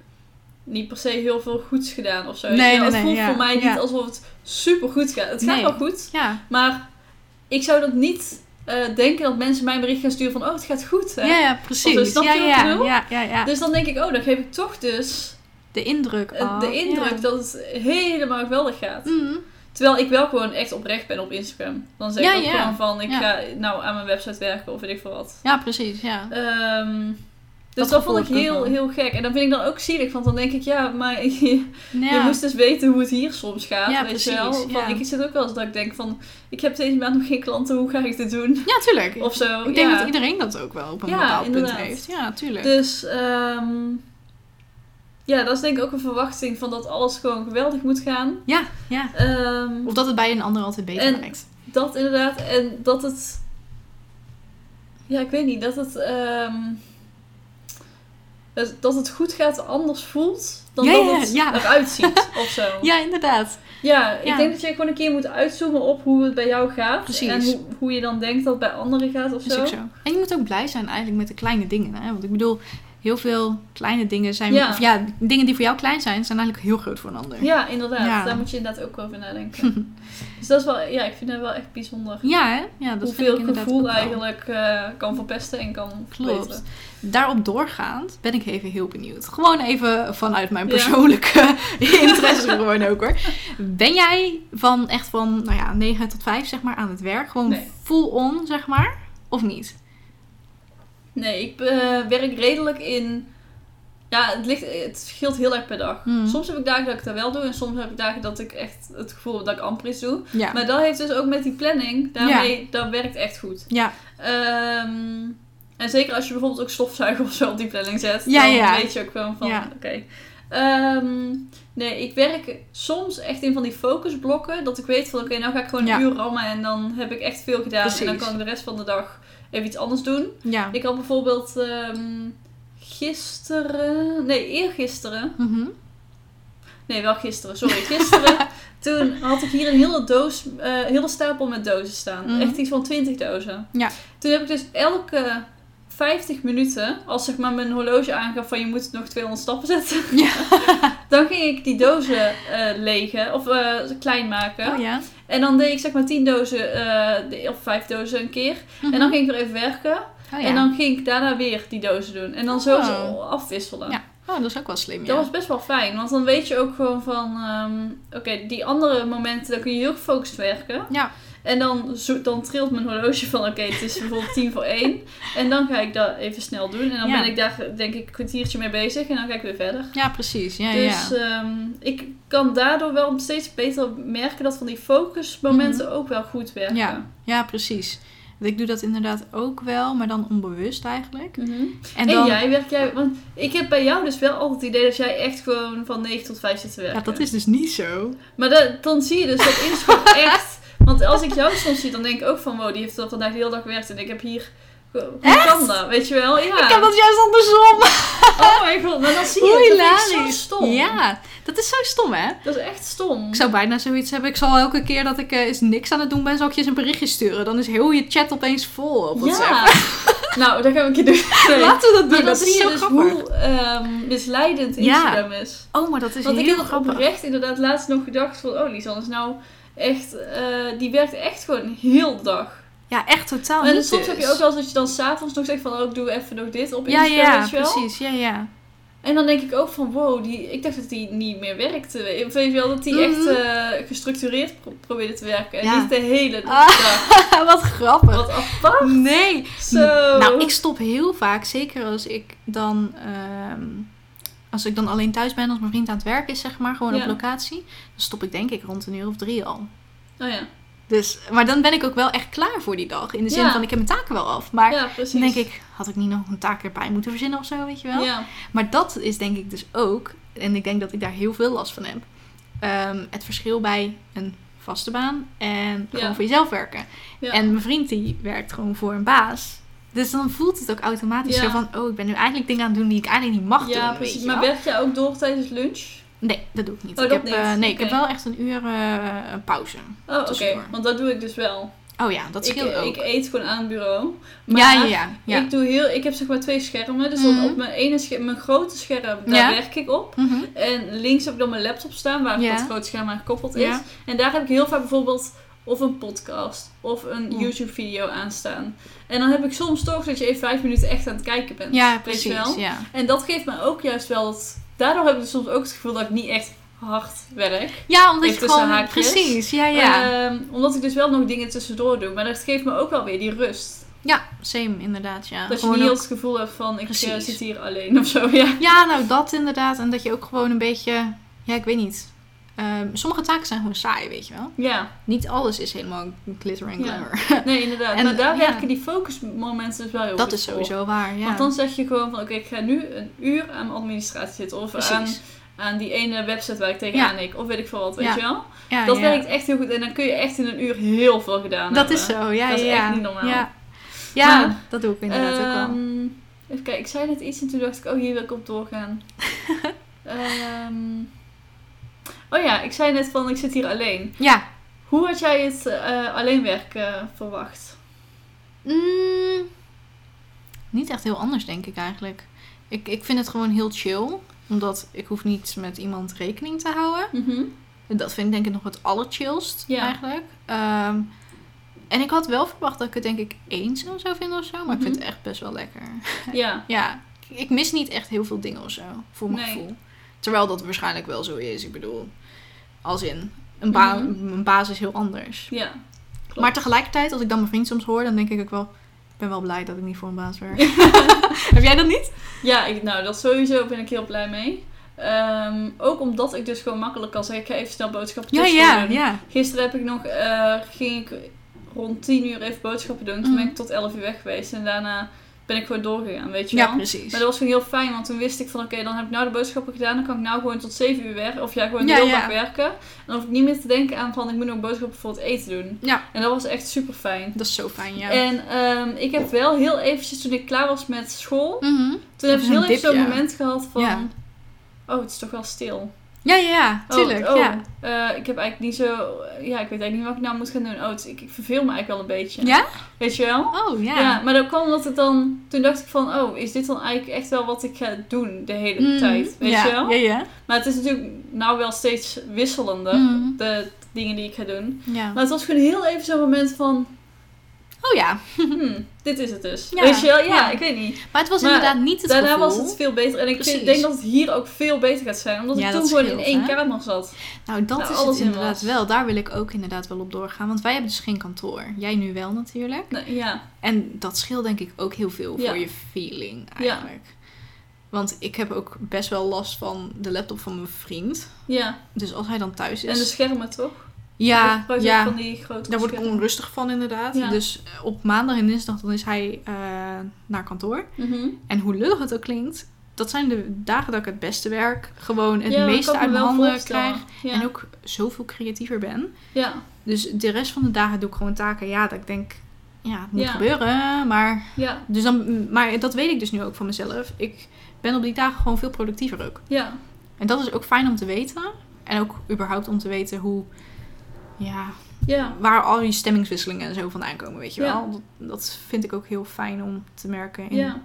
B: niet per se heel veel goeds gedaan of zo.
A: Nee,
B: weet je wel.
A: nee,
B: het
A: nee,
B: voelt
A: ja,
B: voor mij niet
A: ja.
B: alsof het super goed gaat. Het gaat
A: Nee.
B: wel goed,
A: Ja.
B: maar ik zou dat niet eh, denken dat mensen mij een bericht gaan sturen van oh, het gaat goed. Hè?
A: Ja, ja, precies.
B: snap je
A: ja,
B: wat ik
A: ja,
B: bedoel?
A: ja, ja, ja.
B: Dus dan denk ik, oh, dan geef ik toch dus
A: De indruk.
B: eh, de
A: af,
B: indruk
A: Ja.
B: dat het helemaal geweldig gaat.
A: Mhm.
B: Terwijl ik wel gewoon echt oprecht ben op Instagram. Dan zeg
A: Ja,
B: ik ook
A: ja.
B: gewoon van, ik
A: Ja.
B: ga nou aan mijn website werken of weet ik veel wat.
A: ja, precies. Ja.
B: Ehm,
A: Dat
B: dus dat
A: gevoel
B: vond ik
A: heb ik
B: heel,
A: ook wel.
B: heel gek. En dan vind ik dan ook zielig, want dan denk ik, ja, maar <laughs> je,
A: Ja.
B: je moest dus weten hoe het hier soms gaat,
A: Ja,
B: weet
A: precies,
B: je wel. Van,
A: ja.
B: Ik zit ook wel eens dat ik denk van, ik heb deze maand nog geen klanten, hoe ga ik dit doen?
A: ja, tuurlijk.
B: Of zo,
A: Ik denk
B: ja.
A: dat iedereen dat ook wel op een
B: Ja,
A: bepaald
B: inderdaad.
A: punt heeft. Ja, tuurlijk.
B: Dus ehm, ja, dat is denk ik ook een verwachting van dat alles gewoon geweldig moet gaan.
A: Ja, ja.
B: Ehm,
A: Of dat het bij een ander altijd beter
B: En-
A: lijkt.
B: Dat inderdaad. En dat het. Ja, ik weet niet. Dat het. ehm, dat- dat het goed gaat anders voelt dan
A: Ja,
B: dat
A: ja,
B: het
A: ja.
B: eruit
A: <laughs>
B: ziet of zo. Ja,
A: Ja, inderdaad.
B: ik
A: Ja.
B: denk dat je gewoon een keer moet uitzoomen op hoe het bij jou gaat.
A: Precies.
B: En hoe, hoe je dan denkt dat het bij anderen gaat of
A: Dat is
B: zo.
A: ook zo. En je moet ook blij zijn eigenlijk met de kleine dingen. Hè? Want ik bedoel, heel veel kleine dingen zijn...
B: Ja.
A: Of ja, dingen die voor jou klein zijn, zijn eigenlijk heel groot voor een ander.
B: Ja, inderdaad.
A: Ja.
B: Daar moet je inderdaad ook over nadenken.
A: <laughs>
B: dus dat is wel, ja, ik vind dat wel echt bijzonder.
A: Ja, hè? Ja, dat vind ik
B: Hoeveel
A: inderdaad ook
B: gevoel
A: wel.
B: eigenlijk eh, kan verpesten en kan verbeteren.
A: Klopt. Daarop doorgaand ben ik even heel benieuwd. Gewoon even vanuit mijn
B: Ja.
A: persoonlijke <laughs> interesse gewoon ook hoor. Ben jij van echt van, nou ja, 9 tot 5 zeg maar aan het werk? Gewoon
B: Nee.
A: full on zeg maar? Of niet?
B: Nee, ik eh, werk redelijk in. Ja, het, ligt, het scheelt heel erg per dag.
A: Hmm.
B: Soms heb ik dagen dat ik dat wel doe en soms heb ik dagen dat ik echt het gevoel heb dat ik amper iets doe.
A: Ja.
B: Maar dat heeft dus ook met die planning, daarmee, dat werkt echt goed.
A: Ja,
B: Ehm, en zeker als je bijvoorbeeld ook stofzuigen of zo op die planning zet,
A: Ja,
B: dan
A: ja.
B: weet je ook gewoon van,
A: Ja.
B: oké. Ehm, nee, ik werk soms echt in van die focusblokken, dat ik weet van, oké, nou ga ik gewoon
A: Ja.
B: een uur rammen en dan heb ik echt veel gedaan en dan
A: Precies.
B: kan ik de rest van de dag even iets anders doen.
A: ja.
B: Ik had bijvoorbeeld ehm, gisteren. Nee, eergisteren.
A: Mhm.
B: Nee, wel gisteren,
A: <laughs>
B: sorry. Gisteren. toen had ik hier een hele doos. eh hele stapel met dozen staan.
A: Mhm.
B: Echt iets van 20 dozen.
A: Ja.
B: Toen heb ik dus elke 50 minuten. Als zeg maar mijn horloge aangaf van je moet nog 200 stappen zetten.
A: <laughs> Ja.
B: <laughs> dan ging ik die dozen eh legen. Of eh, klein maken.
A: Oh ja.
B: En dan deed ik zeg maar 10 dozen. eh, de- of 5 dozen een keer.
A: Mhm.
B: En dan ging ik weer even werken.
A: Oh, ja.
B: En dan ging ik daarna weer die dozen doen. En dan zo
A: Oh.
B: ze afwisselen.
A: Ja, oh, dat is ook wel slim, ja.
B: Dat was best wel fijn. Want dan weet je ook gewoon van... ehm, Oké, die andere momenten, dan kun je heel gefocust werken.
A: Ja.
B: En dan, zo- dan trilt mijn horloge van... Oké, het is bijvoorbeeld tien voor één. En dan ga ik dat even snel doen. En dan
A: Ja.
B: ben ik daar denk ik een kwartiertje mee bezig. En dan ga ik weer verder.
A: Ja, precies. Ja,
B: Dus
A: ja.
B: ehm, ik kan daardoor wel steeds beter merken... dat van die focusmomenten ook wel goed werken.
A: Mhm. Ja. ja, precies. Want Ik doe dat inderdaad ook wel, maar dan onbewust eigenlijk.
B: Mhm.
A: En
B: En,
A: dan,
B: jij werk jij, want ik heb bij jou dus wel altijd het idee dat jij echt gewoon van 9 tot 5 zit te werken.
A: ja, dat is dus niet zo.
B: Maar dat- dan zie je dus dat
A: <laughs>
B: Instagram echt. Want als ik jou soms zie, dan denk ik ook van wow, die heeft al vandaag de hele dag gewerkt en ik heb hier Hoe kan dat? Weet je wel? Ja.
A: Ik heb dat juist andersom.
B: Oh mijn god, maar dan zie je
A: Hoe
B: het. Dat vind ik zo
A: hilarisch.
B: stom.
A: Ja, dat is zo stom, hè?
B: Dat is echt stom.
A: Ik zou bijna zoiets hebben. Ik zal elke keer dat ik eh, eens niks aan het doen ben, zal ik je eens een berichtje sturen. Dan is heel je chat opeens vol op WhatsApp.
B: ja. <laughs> nou, dat gaan we een keer doen. Nee.
A: Laten we dat doen.
B: Maar
A: dat,
B: dan
A: is zo
B: zie je dus
A: grappig.
B: hoe ehm, misleidend
A: Ja.
B: Instagram is.
A: Oh, maar dat is
B: Want ik
A: heel
B: heb
A: grappig.
B: oprecht inderdaad laatst nog gedacht van... Oh, Lisanne is nou echt... eh, die werkt echt gewoon heel de dag.
A: Ja, echt totaal
B: en
A: niet
B: soms
A: dus.
B: heb je ook wel eens dat je dan s'avonds nog zegt van... Oh, ik doe even nog dit op
A: Ja,
B: Instagram,
A: ja,
B: weet je wel.
A: precies. Ja, ja.
B: En dan denk ik ook van... Wow, die, ik dacht dat die niet meer werkte. Weet je wel, dat die echt
A: Mhm.
B: eh, gestructureerd pro- probeerde te werken. En
A: Ja.
B: niet de hele
A: Ah.
B: dag.
A: <laughs> Wat grappig. <laughs>
B: Wat Oh. apart.
A: Nee.
B: Zo.
A: Nou, ik stop heel vaak, zeker als ik dan. ehm, als ik dan alleen thuis ben, als mijn vriend aan het werk is, zeg maar, gewoon
B: Ja.
A: op locatie. Dan stop ik denk ik rond een uur of drie al.
B: Oh ja.
A: Dus, maar dan ben ik ook wel echt klaar voor die dag. In de zin
B: Ja.
A: van, ik heb mijn taken wel af. Maar
B: Ja, precies.
A: dan denk ik, had ik niet nog een taak erbij moeten verzinnen of zo, weet je wel?
B: Ja.
A: Maar dat is denk ik dus ook, en ik denk dat ik daar heel veel last van heb, ehm, het verschil bij een vaste baan en
B: Ja.
A: gewoon voor jezelf werken.
B: Ja.
A: En mijn vriend die werkt gewoon voor een baas. Dus dan voelt het ook automatisch
B: Ja.
A: zo van, oh, ik ben nu eigenlijk dingen aan het doen die ik eigenlijk niet mag
B: ja,
A: doen.
B: precies.
A: weet je
B: Maar
A: wel.
B: werk jij ook door tijdens lunch?
A: Nee, dat doe ik niet.
B: Oh,
A: ik
B: dat
A: heb, eh,
B: niet.
A: nee, ik heb
B: Oké.
A: wel echt een uur eh, een pauze.
B: Oh, oké.
A: Tussendoor.
B: Want dat doe ik dus wel.
A: Oh ja, dat
B: ik, eh,
A: scheelt ook.
B: ik eet gewoon aan het bureau. Maar
A: ja, ja, ja. ja.
B: Ik, doe heel, ik heb zeg maar twee schermen. Dus
A: Mhm.
B: dan op mijn ene scherm, mijn grote scherm, daar
A: Ja.
B: werk ik op.
A: Mhm.
B: En links heb ik dan mijn laptop staan, waar
A: Ja.
B: dat grote scherm aan gekoppeld is.
A: Ja.
B: En daar heb ik heel vaak bijvoorbeeld of een podcast of een
A: Ja.
B: YouTube video aan staan. En dan heb ik soms toch dat je even vijf minuten echt aan het kijken bent.
A: Ja,
B: Weet je
A: precies.
B: wel?
A: Ja.
B: En dat geeft me ook juist wel dat... Daardoor heb ik dus soms ook het gevoel dat ik niet echt hard werk.
A: ja, omdat
B: Even
A: je
B: tussen
A: gewoon...
B: haakjes.
A: Precies, ja, ja.
B: Ehm, omdat ik dus wel nog dingen tussendoor doe. Maar dat geeft me ook wel weer die rust.
A: ja, same inderdaad, ja.
B: Dat je
A: Gewoon
B: niet
A: ook-
B: het gevoel hebt van ik eh,
A: Precies.
B: zit hier alleen of zo. <laughs> Ja.
A: Ja, nou dat inderdaad. En dat je ook gewoon een beetje... Ja, ik weet niet. Ehm, sommige taken zijn gewoon saai, weet je wel. <laughs>
B: ja,
A: Niet alles is helemaal glitter en
B: Ja.
A: glamour.
B: nee inderdaad.
A: En-
B: maar daar
A: ja.
B: werken die focusmomenten dus wel heel
A: dat
B: goed
A: is
B: voor.
A: sowieso waar, ja.
B: Want dan zeg je gewoon van oké, ik ga nu een uur aan mijn administratie zitten. Of aan,
A: Precies.
B: aan die ene website waar ik tegenaan ik. Of weet ik veel wat, weet
A: Ja.
B: je wel.
A: Ja,
B: dat
A: ja.
B: werkt echt heel goed. En dan kun je echt in een uur heel veel gedaan
A: Dat
B: hebben.
A: is zo, ja,
B: Dat is
A: ja.
B: echt
A: ja.
B: niet normaal.
A: Ja, ja
B: Maar,
A: dat doe ik inderdaad ook wel.
B: Ehm, Even kijken, ik zei net iets en toen dacht ik, oh hier wil ik
A: <laughs>
B: op doorgaan. Ehm, oh ja, ik zei net van ik zit hier alleen.
A: Ja.
B: Hoe had jij het eh, alleen werken verwacht?
A: Mm, niet echt heel anders, denk ik eigenlijk. Ik, ik vind het gewoon heel chill. Omdat ik hoef niet met iemand rekening te houden.
B: Mhm.
A: <laughs> Dat vind ik denk ik nog het allerchillst
B: Ja.
A: eigenlijk. Ehm, en ik had wel verwacht dat ik het denk ik eenzaam zou vinden of zo. Maar ik
B: Mhm.
A: vind het echt best wel lekker.
B: Ja,
A: Ja, ik- ik mis niet echt heel veel dingen of zo. Voor mijn
B: Nee.
A: gevoel. Terwijl dat waarschijnlijk wel zo is. Ik bedoel, als in, een, ba
B: Mhm.
A: een baas is heel anders.
B: ja. Klopt.
A: Maar tegelijkertijd, als ik dan mijn vriend soms hoor, dan denk ik ook wel... Ik ben wel blij dat ik niet voor een baas
B: <laughs>
A: werk. Heb jij dat niet?
B: Ja, ik, nou dat sowieso ben ik heel blij mee. Ehm, ook omdat ik dus gewoon makkelijk kan zeggen, ik ga even snel boodschappen
A: Ja,
B: tussendoor
A: ja,
B: doen.
A: Dus ja.
B: Gisteren heb ik nog, eh, ging ik rond 10 uur even boodschappen doen. Toen
A: Mhm.
B: ben ik tot 11 uur weg geweest. En daarna ben ik gewoon doorgegaan, weet je
A: Ja,
B: wel.
A: precies.
B: Maar dat was gewoon heel fijn, want toen wist ik van oké, dan heb ik nou de boodschappen gedaan. Dan kan ik nou gewoon tot 7 uur werken. Of ja, gewoon
A: Ja,
B: heel
A: ja.
B: vaak werken. En dan hoef ik niet meer te denken aan van ik moet nog boodschappen voor het eten doen.
A: Ja.
B: En dat was echt super fijn.
A: Dat is zo fijn, ja.
B: En ehm, ik heb wel heel eventjes, toen ik klaar was met school,
A: Mhm.
B: toen heb ik
A: Even
B: heel
A: zo'n
B: even zo'n
A: dipje.
B: moment gehad van...
A: Ja.
B: Oh, het is toch wel stil.
A: Ja, ja, ja.
B: Oh,
A: Tuurlijk,
B: oh,
A: ja.
B: eh, ik heb eigenlijk niet zo... Ja, ik weet eigenlijk niet wat ik nou moet gaan doen. Oh, het- ik, ik verveel me eigenlijk wel een beetje.
A: Ja?
B: Weet je wel?
A: Oh,
B: Ja. maar dat kwam omdat het dan... Toen dacht ik van, oh, is dit dan eigenlijk echt wel wat ik ga doen de hele
A: Mm,
B: tijd? Weet
A: ja,
B: je wel?
A: Ja, ja.
B: Maar het is natuurlijk nou wel steeds wisselender,
A: Mhm.
B: de dingen die ik ga doen.
A: ja.
B: Maar het was gewoon heel even zo'n moment van,
A: Oh ja,
B: hmm, dit is het dus.
A: Ja,
B: Weet je wel? Ja,
A: ja.
B: ik weet niet.
A: maar het was
B: Maar
A: inderdaad niet het
B: Daarna
A: gevoel.
B: was het veel beter. En ik
A: Precies.
B: denk dat het hier ook veel beter gaat zijn. Omdat
A: Ja,
B: ik
A: dat
B: toen gewoon in
A: scheelt,
B: één
A: hè?
B: kamer zat.
A: Nou, dat
B: Nou,
A: is
B: alles
A: het
B: in
A: inderdaad
B: was.
A: wel. Daar wil ik ook inderdaad wel op doorgaan. Want wij hebben dus geen kantoor. Jij nu wel natuurlijk.
B: Nee, ja.
A: En dat scheelt denk ik ook heel veel
B: Ja.
A: voor je feeling eigenlijk. Want ik heb ook best wel last van de laptop van mijn vriend.
B: ja.
A: Dus als hij dan thuis
B: En de
A: is...
B: schermen toch?
A: ja,
B: Of
A: ja.
B: Van die grote
A: Daar word ik
B: schermen.
A: onrustig van inderdaad.
B: Ja.
A: Dus op maandag en dinsdag dan is hij eh, naar kantoor.
B: Mhm.
A: En hoe lullig het ook klinkt, dat zijn de dagen dat ik het beste werk gewoon het
B: Ja, maar ik
A: meeste
B: kan
A: uit
B: me
A: mijn
B: wel
A: handen
B: voorstellen.
A: krijg.
B: Ja.
A: En ook zoveel creatiever ben.
B: ja.
A: Dus de rest van de dagen doe ik gewoon taken. Ja, dat ik denk, ja, het moet
B: Ja.
A: gebeuren. Maar,
B: Ja,
A: dus dan, maar dat weet ik dus nu ook van mezelf. Ik ben op die dagen gewoon veel productiever ook.
B: ja,
A: En dat is ook fijn om te weten. En ook überhaupt om te weten hoe, ja,
B: ja,
A: waar al die stemmingswisselingen en zo vandaan komen, weet je
B: Ja.
A: wel. Dat, dat vind ik ook heel fijn om te merken. in-
B: ja.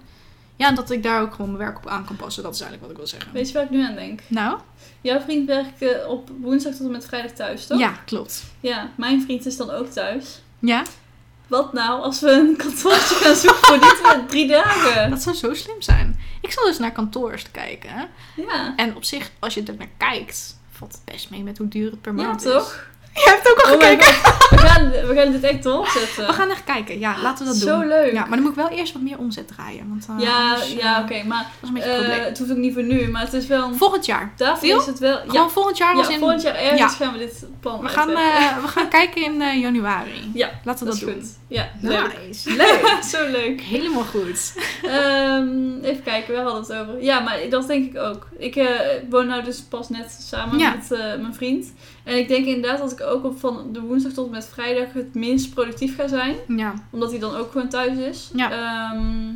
A: ja, en dat ik daar ook gewoon mijn werk op aan kan passen. Dat is eigenlijk wat ik wil zeggen.
B: Weet je waar ik nu aan denk?
A: Nou,
B: Jouw vriend werkt eh, op woensdag tot en met vrijdag thuis, toch?
A: ja, klopt.
B: Ja, mijn vriend is dan ook thuis.
A: Ja,
B: Wat nou als we een kantoortje gaan zoeken voor die twee- drie dagen?
A: dat zou zo slim zijn. Ik zal dus naar kantoors te kijken.
B: Ja,
A: En op zich, als je er naar kijkt, valt het best mee met hoe duur het per
B: ja
A: maand is.
B: toch?
A: Je hebt ook al
B: Oh my
A: gekeken.
B: god, we gaan, we gaan dit echt
A: <laughs>
B: doorzetten.
A: We gaan echt kijken. Ja, laten we dat
B: Zo
A: doen.
B: leuk.
A: Ja, maar dan moet ik wel eerst wat meer omzet draaien. Want, eh,
B: Ja,
A: anders, eh,
B: ja oké, maar
A: Dat is een beetje
B: eh,
A: een probleem.
B: het hoeft ook niet voor nu, maar het is wel...
A: Volgend jaar.
B: Daarvoor
A: Wil?
B: is het wel... Ja,
A: Gewoon volgend jaar als
B: ja,
A: in...
B: volgend jaar ergens
A: ja.
B: gaan we dit plan
A: We gaan,
B: uitwerken.
A: eh, we gaan kijken in eh, januari.
B: Ja,
A: Laten we
B: dat
A: dat,
B: is
A: doen.
B: goed. Ja, leuk. <laughs>
A: Nice. Leuk. <laughs>
B: Zo leuk.
A: Helemaal goed.
B: Ehm, even kijken, waar hadden we het over? Ja, maar dat denk ik ook. Ik eh, woon nou dus pas net samen
A: Ja.
B: met eh, mijn vriend. En ik denk inderdaad dat ik ook op van de woensdag tot en met vrijdag het minst productief ga zijn.
A: Ja.
B: Omdat hij dan ook gewoon thuis is.
A: Ja.
B: Ehm,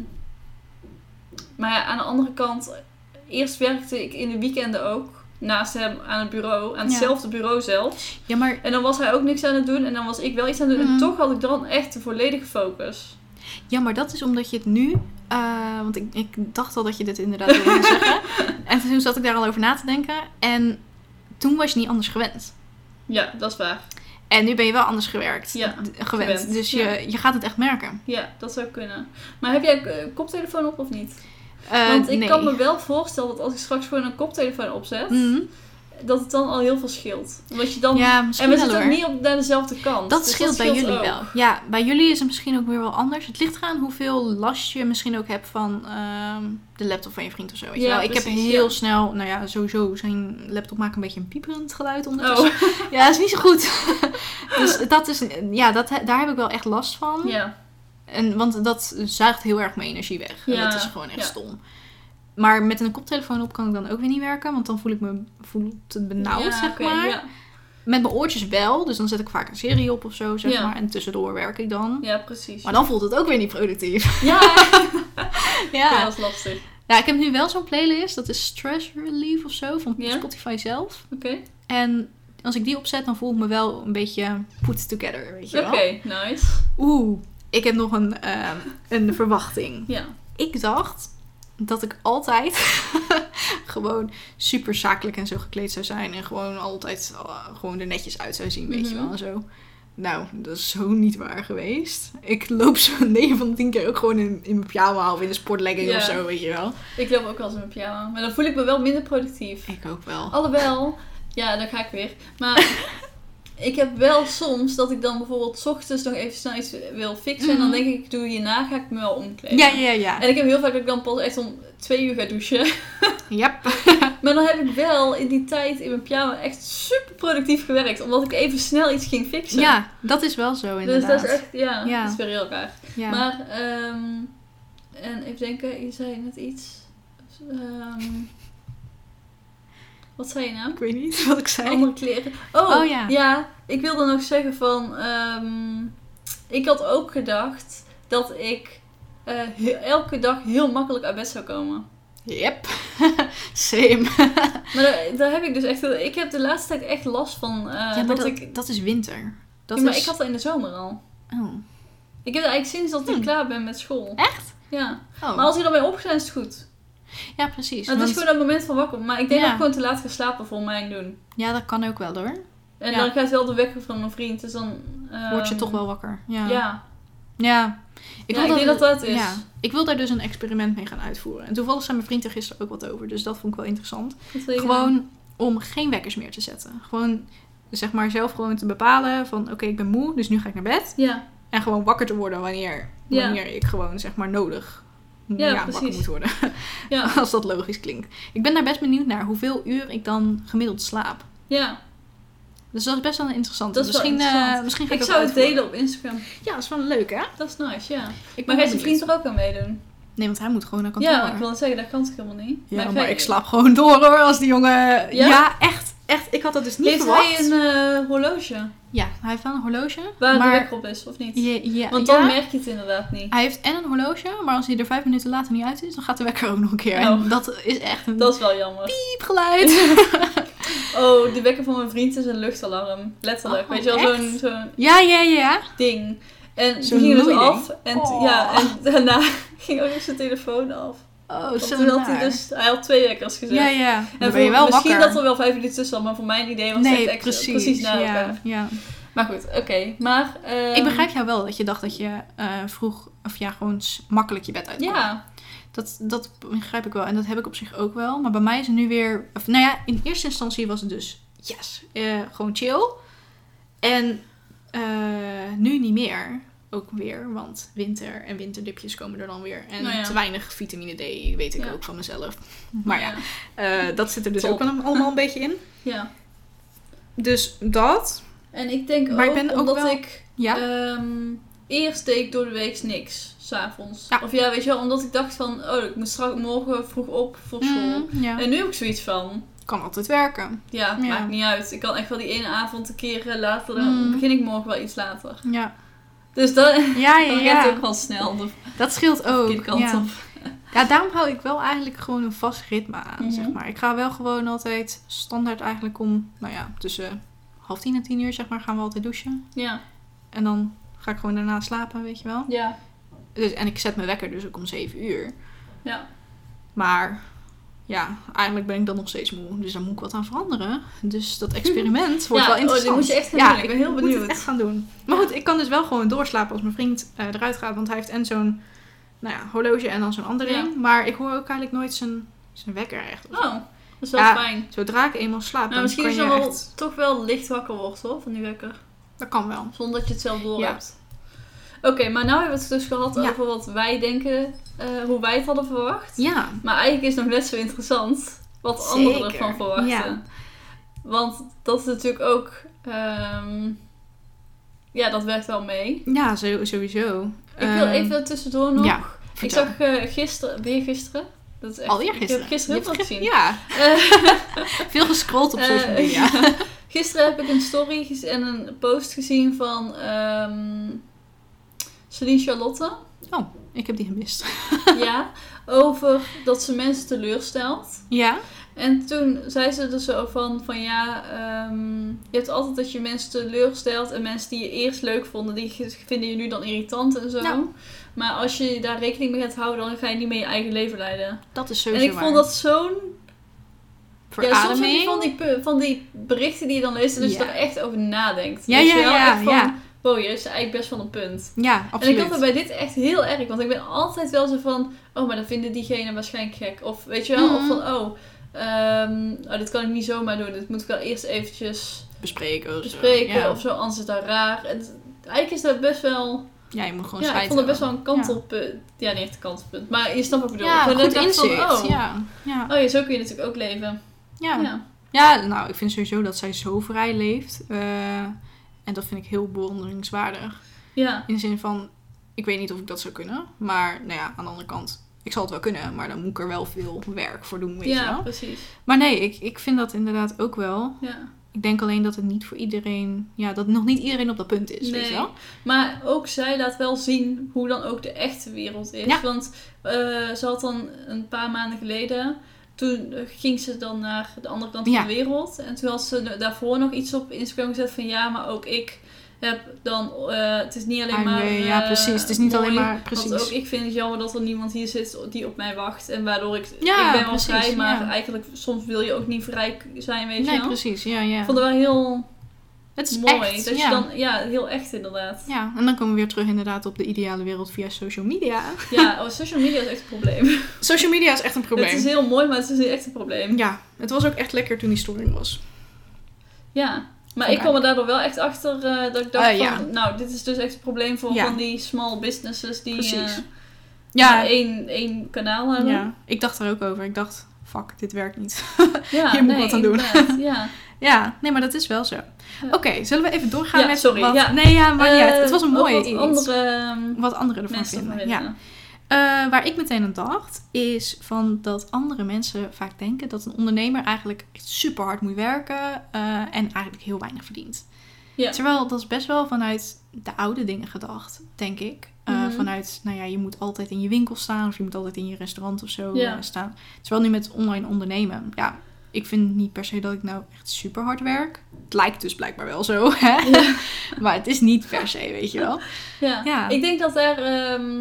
B: maar ja, aan de andere kant, eerst werkte ik in de weekenden ook. Naast hem aan het bureau, aan
A: Ja.
B: hetzelfde bureau zelf.
A: Ja, maar
B: En dan was hij ook niks aan het doen en dan was ik wel iets aan het doen.
A: Mhm.
B: En toch had ik dan echt de volledige focus.
A: Ja, maar dat is omdat je het nu. eh, want ik, ik dacht al dat je dit inderdaad wilde <laughs> zeggen. En toen zat ik daar al over na te denken. En toen was je niet anders gewend.
B: Ja, dat is waar.
A: En nu ben je wel anders gewerkt.
B: Ja,
A: d- gewend.
B: gewend,
A: Dus je,
B: ja.
A: je gaat het echt merken.
B: Ja, dat zou kunnen. Maar heb jij eh, koptelefoon op of niet?
A: Eh,
B: Want ik
A: nee.
B: kan me wel voorstellen dat als ik straks gewoon een koptelefoon opzet,
A: Mhm.
B: dat het dan al heel veel scheelt. Omdat je dan...
A: Ja,
B: en
A: misschien
B: we
A: wel
B: zitten
A: hoor.
B: niet op, naar dezelfde kant.
A: Dat
B: Dus
A: scheelt bij jullie
B: ook.
A: wel. Ja, bij jullie is het misschien ook weer wel anders. Het ligt eraan hoeveel last je misschien ook hebt van ehm, de laptop van je vriend of zo. Weet je
B: Ja,
A: wel? Ik heb
B: precies,
A: heel
B: ja.
A: snel, nou ja, sowieso zijn laptop maakt een beetje een pieperend geluid ondertussen. <laughs>
B: Oh,
A: Ja, dat is niet zo goed. <laughs> dus dat is, ja, dat, he- daar heb ik wel echt last van.
B: ja.
A: En, want dat zuigt heel erg mijn energie weg. En
B: Ja,
A: dat is gewoon echt
B: ja.
A: stom. Maar met een koptelefoon op kan ik dan ook weer niet werken. Want dan voel ik me voelt het benauwd,
B: Ja,
A: zeg
B: oké,
A: maar.
B: Ja.
A: Met mijn oortjes wel. Dus dan zet ik vaak een serie op of zo, zeg
B: Ja.
A: maar. En tussendoor werk ik dan.
B: ja, precies.
A: Maar dan voelt het ook weer niet productief. <laughs>
B: Ja,
A: ja.
B: <laughs> ja, dat is lastig.
A: Nou, ik heb nu wel zo'n playlist. Dat is Stress Relief of zo. Van
B: Ja.
A: Spotify zelf.
B: Oké,
A: En als ik die opzet, dan voel ik me wel een beetje put together, weet je
B: oké,
A: wel.
B: nice.
A: Oeh, ik heb nog een, ehm, een verwachting.
B: Ja.
A: Ik dacht dat ik altijd <laughs> gewoon super zakelijk en zo gekleed zou zijn. En gewoon altijd eh, gewoon er netjes uit zou zien, weet je
B: Mhm.
A: wel. En zo. Nou, dat is zo niet waar geweest. Ik loop zo <laughs> 9 van de 10 keer ook gewoon in, in mijn pyjama of in een sportlegging
B: Ja.
A: of zo, weet je wel.
B: Ik loop ook wel eens in mijn pyjama. Maar dan voel ik me wel minder productief.
A: Ik ook wel.
B: Oh, Alhoewel, ja, daar ga ik weer.
A: <laughs>
B: Maar ik heb wel soms dat ik dan bijvoorbeeld 's ochtends nog even snel iets wil fixen. En dan
A: Mhm.
B: denk ik, ik doe hierna ga ik me wel omkleden.
A: Ja, ja, ja.
B: En ik heb heel vaak dat ik dan pas echt om twee uur ga douchen. <laughs>
A: Yep.
B: Maar dan heb ik wel in die tijd in mijn pyjama echt super productief gewerkt. Omdat ik even snel iets ging fixen.
A: Ja, dat is wel zo
B: dus
A: inderdaad.
B: dat is echt, ja,
A: Ja.
B: dat is weer heel raar.
A: ja.
B: Maar, ehm, en even denken, je zei net iets. Ehm, wat zei je nou?
A: Ik weet niet <laughs> wat ik zei.
B: Andere kleren. Oh,
A: Oh, ja.
B: ja. ik wilde nog zeggen van, ehm, ik had ook gedacht dat ik eh, he- elke dag heel makkelijk uit bed zou komen.
A: Yep. <laughs> Same.
B: Maar daar, daar heb ik dus echt, ik heb de laatste tijd echt last van. eh,
A: ja, maar
B: dat,
A: dat,
B: ik,
A: dat is winter. Dat
B: Ja, maar
A: is...
B: ik had dat in de zomer al.
A: Oh.
B: Ik heb dat eigenlijk sinds dat ik
A: Hmm.
B: klaar ben met school.
A: Echt?
B: Ja.
A: Oh.
B: Maar als ik dan ben opgestaan is het goed.
A: Ja, precies.
B: Het
A: want-
B: is gewoon dat moment van wakker. Maar ik denk
A: Ja.
B: dat ik gewoon te laat ga slapen voor mijn doen.
A: Ja, dat kan ook wel hoor.
B: En
A: Ja.
B: dan gaat wel de wekker van mijn vriend. Dus dan... ehm,
A: Word je toch wel wakker. Ja.
B: Ja.
A: Ja.
B: Ja,
A: Ik,
B: ik denk dat dat is.
A: ja. Ik wil daar dus een experiment mee gaan uitvoeren. En toevallig zei mijn vriend er gisteren ook wat over. Dus dat vond ik wel interessant.
B: Wat wil je doen?
A: Gewoon om geen wekkers meer te zetten. Gewoon zeg maar zelf gewoon te bepalen van oké, ik ben moe, dus nu ga ik naar bed.
B: Ja.
A: En gewoon wakker te worden wanneer,
B: Ja.
A: wanneer ik gewoon zeg maar nodig
B: Ja,
A: wakker
B: precies.
A: moet worden.
B: Ja.
A: <laughs> Als dat logisch klinkt. Ik ben daar best benieuwd naar hoeveel uur ik dan gemiddeld slaap.
B: Ja.
A: Dus dat is best wel interessant.
B: Dat is wel
A: misschien, eh,
B: interessant.
A: misschien ga ik,
B: Ik
A: dat
B: zou het
A: uitvoeren.
B: delen op Instagram.
A: Ja, dat is wel leuk hè?
B: Dat is nice, ja.
A: Ik
B: Maar
A: ben
B: gaat
A: wel
B: je vriend er ook aan meedoen?
A: Nee, want hij moet gewoon naar kantoor.
B: Ja, ik wil het zeggen, dat kan toch helemaal niet?
A: Ja, maar,
B: ga je-
A: ik slaap gewoon door hoor, als die jongen... Ja,
B: Ja?
A: echt, echt. Ik had dat dus niet
B: Heeft
A: verwacht.
B: hij een eh, horloge?
A: Ja, hij heeft wel een horloge.
B: Waar
A: maar-
B: de wekker op is, of niet?
A: Ja, ja,
B: Want dan
A: ja.
B: merk je het inderdaad niet.
A: Hij heeft en een horloge, maar als hij er vijf minuten later niet uit is, dan gaat de wekker ook nog een keer. En
B: Oh.
A: dat is echt een
B: Dat is wel jammer.
A: piepgeluid.
B: Oh, de wekker van mijn vriend is een luchtalarm. Letterlijk.
A: Oh,
B: Weet je wel, zo'n
A: echt?
B: zo'n
A: Ja, ja, ja.
B: ding. En
A: Zo'n
B: toen ging het
A: loeiding.
B: af. En, t-
A: Oh.
B: ja, en <laughs> daarna ging ook nog zijn telefoon af.
A: Oh,
B: Want
A: zo
B: toen had hij
A: naar.
B: dus... Hij had twee wekkers gezet.
A: Ja, ja. Dan
B: En
A: ben je
B: voor-
A: wel
B: misschien
A: wakker.
B: dat er wel vijf minuten tussen zat, maar voor mijn idee was het
A: Nee,
B: echt extra-
A: precies.
B: na
A: ja,
B: elkaar.
A: ja.
B: Maar goed, oké. Maar... ehm,
A: Ik begrijp jou wel dat je dacht dat je eh, vroeg, of ja, gewoon s- makkelijk je bed uit kon.
B: Ja,
A: Dat, dat begrijp ik wel. En dat heb ik op zich ook wel. Maar bij mij is het nu weer. Of, nou ja, in eerste instantie was het dus yes. eh, gewoon chill. En eh, nu niet meer. Ook weer. Want winter en winterdipjes komen er dan weer. En
B: Nou ja.
A: te weinig vitamine D weet ik
B: Ja.
A: ook van mezelf. Maar ja,
B: ja.
A: eh, dat zit er dus
B: Top.
A: ook al- allemaal een beetje in.
B: ja.
A: Dus dat.
B: En ik denk
A: Maar ik
B: ook,
A: ben ook
B: omdat
A: wel-
B: ik...
A: Ja.
B: ehm, eerst deed ik door de week niks, s'avonds.
A: Ja.
B: Of ja, weet je wel, omdat ik dacht van... Oh, ik moet straks morgen vroeg op voor school. Eh,
A: Mm, ja.
B: En nu heb ik zoiets van...
A: Kan altijd werken.
B: Ja,
A: Ja.
B: maakt niet uit. Ik kan echt wel die ene avond een keer eh, later... Dan
A: Mm.
B: begin ik morgen wel iets later.
A: Ja.
B: Dus dat <laughs>
A: Ja,
B: dan
A: ja,
B: gaat het ook
A: ja.
B: wel snel de
A: Dat scheelt ook.
B: verkeerde kant
A: ja.
B: op.
A: Ja, daarom hou ik wel eigenlijk gewoon een vast ritme aan,
B: Mhm.
A: zeg maar. Ik ga wel gewoon altijd standaard eigenlijk om, nou ja, tussen half tien en tien uur, zeg maar, gaan we altijd douchen.
B: Ja,
A: En dan ga ik gewoon daarna slapen, weet je wel.
B: ja,
A: Dus, en ik zet mijn wekker dus ook om zeven uur.
B: ja.
A: Maar ja, eigenlijk ben ik dan nog steeds moe. Dus daar moet ik wat aan veranderen. Dus dat experiment wordt
B: Ja,
A: wel
B: oh,
A: interessant.
B: die moet je echt gaan doen. Ik ben heel
A: moet
B: benieuwd.
A: het echt gaan doen. Maar goed, ik kan dus wel gewoon doorslapen als mijn vriend eh, eruit gaat. Want hij heeft en zo'n nou ja, horloge en dan zo'n ander
B: Ja.
A: ding. Maar ik hoor ook eigenlijk nooit zijn, zijn wekker echt.
B: Oh, dat is wel
A: Ja,
B: fijn.
A: Zodra ik eenmaal slaap,
B: Nou,
A: dan
B: misschien
A: kan
B: is
A: je
B: je wel
A: echt...
B: toch wel licht wakker wordt hoor, van die wekker.
A: Dat kan wel.
B: Zonder dat je het zelf door
A: Ja.
B: hebt. Oké, maar nou hebben we het dus gehad
A: Ja.
B: over wat wij denken, eh, hoe wij het hadden verwacht.
A: Ja.
B: Maar eigenlijk is het nog best zo interessant wat anderen
A: Zeker,
B: ervan verwachten.
A: ja.
B: Want dat is natuurlijk ook, ehm, ja, dat werkt wel mee.
A: Ja, zo- sowieso.
B: Ik wil even tussendoor nog.
A: Ehm, ja,
B: ik
A: vertel.
B: zag eh, gisteren, weer gisteren. Dat is echt,
A: Alweer
B: Ik
A: gisteren.
B: heb gisteren
A: Je
B: heel veel
A: hebt
B: gezien.
A: ge- Ja,
B: Eh, <laughs>
A: veel gescrollt op social
B: Eh,
A: media.
B: <laughs> Gisteren heb ik een story gez- en een post gezien van ehm Celine
A: <laughs>
B: Charlotte.
A: Ik heb die gemist.
B: ja, over dat ze mensen teleurstelt.
A: Ja?
B: En toen zei ze er zo van, van ja, ehm, je hebt altijd dat je mensen teleurstelt. En mensen die je eerst leuk vonden, die ge- vinden je nu dan irritant en zo.
A: Ja.
B: Maar als je daar rekening mee gaat houden, dan ga je niet meer je eigen leven leiden.
A: Dat is
B: En
A: sowieso
B: ik
A: waar.
B: vond dat zo'n Ja, soms heb
A: Verademing.
B: je van die, pu- van die berichten die je dan leest, en dat
A: Ja.
B: je er echt over nadenkt.
A: Ja,
B: Weet
A: ja,
B: je wel?
A: ja,
B: Echt van,
A: ja.
B: wow, je is eigenlijk best wel een punt.
A: Ja, absoluut.
B: En ik had het bij dit echt heel erg, want ik ben altijd wel zo van, oh, maar dan vinden diegenen waarschijnlijk gek. Of weet je wel,
A: Mhm.
B: of van, oh, ehm, oh, dit kan ik niet zomaar doen, dit moet ik wel eerst eventjes
A: Bespreken. of zo.
B: bespreken
A: Ja.
B: of zo, anders is dat raar. En het- eigenlijk is dat best wel,
A: Ja, je moet gewoon
B: ja, ik
A: scheiden.
B: vond het best wel een kantelpunt. Ja, niet echt een kantelpunt, maar je snapt wat ik bedoel.
A: Ja,
B: Maar dat
A: goed
B: ik dacht van,
A: inzicht.
B: oh,
A: ja. Ja.
B: oh ja, zo kun je natuurlijk ook leven.
A: Ja. Ja.
B: ja.
A: nou, ik vind sowieso dat zij zo vrij leeft. eh, en dat vind ik heel bewonderingswaardig.
B: ja.
A: In de zin van, ik weet niet of ik dat zou kunnen. Maar nou ja, aan de andere kant, ik zal het wel kunnen. Maar dan moet ik er wel veel werk voor doen, weet je
B: Ja,
A: wel.
B: precies.
A: Maar nee, ik, ik vind dat inderdaad ook wel.
B: Ja.
A: Ik denk alleen dat het niet voor iedereen... Ja, dat nog niet iedereen op dat punt is, weet
B: Nee.
A: je wel.
B: Maar ook zij laat wel zien hoe dan ook de echte wereld is.
A: Ja.
B: Want eh, ze had dan een paar maanden geleden. Toen eh, ging ze dan naar de andere kant
A: Ja.
B: van de wereld. En toen had ze de- daarvoor nog iets op Instagram gezet van ja, maar ook ik heb dan. eh, het is niet alleen
A: Heimwee,
B: maar.
A: Ah, ja,
B: eh,
A: precies. Het is niet alleen
B: mooi,
A: maar... Precies.
B: Want ook ik vind het jammer dat er niemand hier zit die op mij wacht. En waardoor ik.
A: Ja,
B: ik ben wel
A: precies,
B: vrij, maar
A: ja.
B: eigenlijk soms wil je ook niet vrij k- zijn, weet
A: nee,
B: je wel.
A: precies. Ja, ja.
B: Ik vond het wel heel
A: het is
B: mooi.
A: echt,
B: dat
A: ja.
B: je dan, ja, heel echt inderdaad.
A: Ja, en dan komen we weer terug inderdaad op de ideale wereld via social media.
B: Ja, oh, social media is echt een probleem. <laughs>
A: Social media is echt een probleem.
B: Het is heel mooi, maar het is dus echt een probleem. Ja,
A: Ja, het was ook echt lekker toen die storing was.
B: maar
A: Oké.
B: ik kwam er daardoor wel echt achter eh, dat ik dacht
A: Eh, ja.
B: van... Nou, dit is dus echt een probleem voor
A: Ja.
B: van die small businesses die eh,
A: Precies.
B: maar
A: Ja,
B: één, één kanaal hebben. Ja,
A: ja, ik dacht er ook over. Ik dacht, fuck, dit werkt niet. <laughs> Hier moet ik
B: nee,
A: wat aan doen. <laughs>
B: inderdaad, Ja.
A: Ja, nee, maar dat is wel zo. Oké, zullen we even doorgaan
B: Ja,
A: met
B: sorry,
A: wat...
B: ja.
A: Nee, ja, maar
B: Eh,
A: Het was een
B: ook
A: mooi
B: wat
A: iets.
B: andere ehm,
A: Wat anderen ervan
B: mensen
A: vinden.
B: ervan
A: Ja.
B: vinden.
A: Eh, waar ik meteen aan dacht, is van dat andere mensen vaak denken dat een ondernemer eigenlijk echt super hard moet werken eh, en eigenlijk heel weinig verdient.
B: Ja.
A: Terwijl dat is best wel vanuit de oude dingen gedacht, denk ik. Eh,
B: Mhm.
A: Vanuit, nou ja, je moet altijd in je winkel staan of je moet altijd in je restaurant of zo
B: Ja.
A: eh, staan. Terwijl nu met online ondernemen, ja, ik vind niet per se dat ik nou echt super hard werk. Het lijkt dus blijkbaar wel zo, hè?
B: Ja.
A: <laughs> maar het is niet per se, weet je wel.
B: <laughs> Ja.
A: Ja.
B: Ik denk dat, daar, ehm,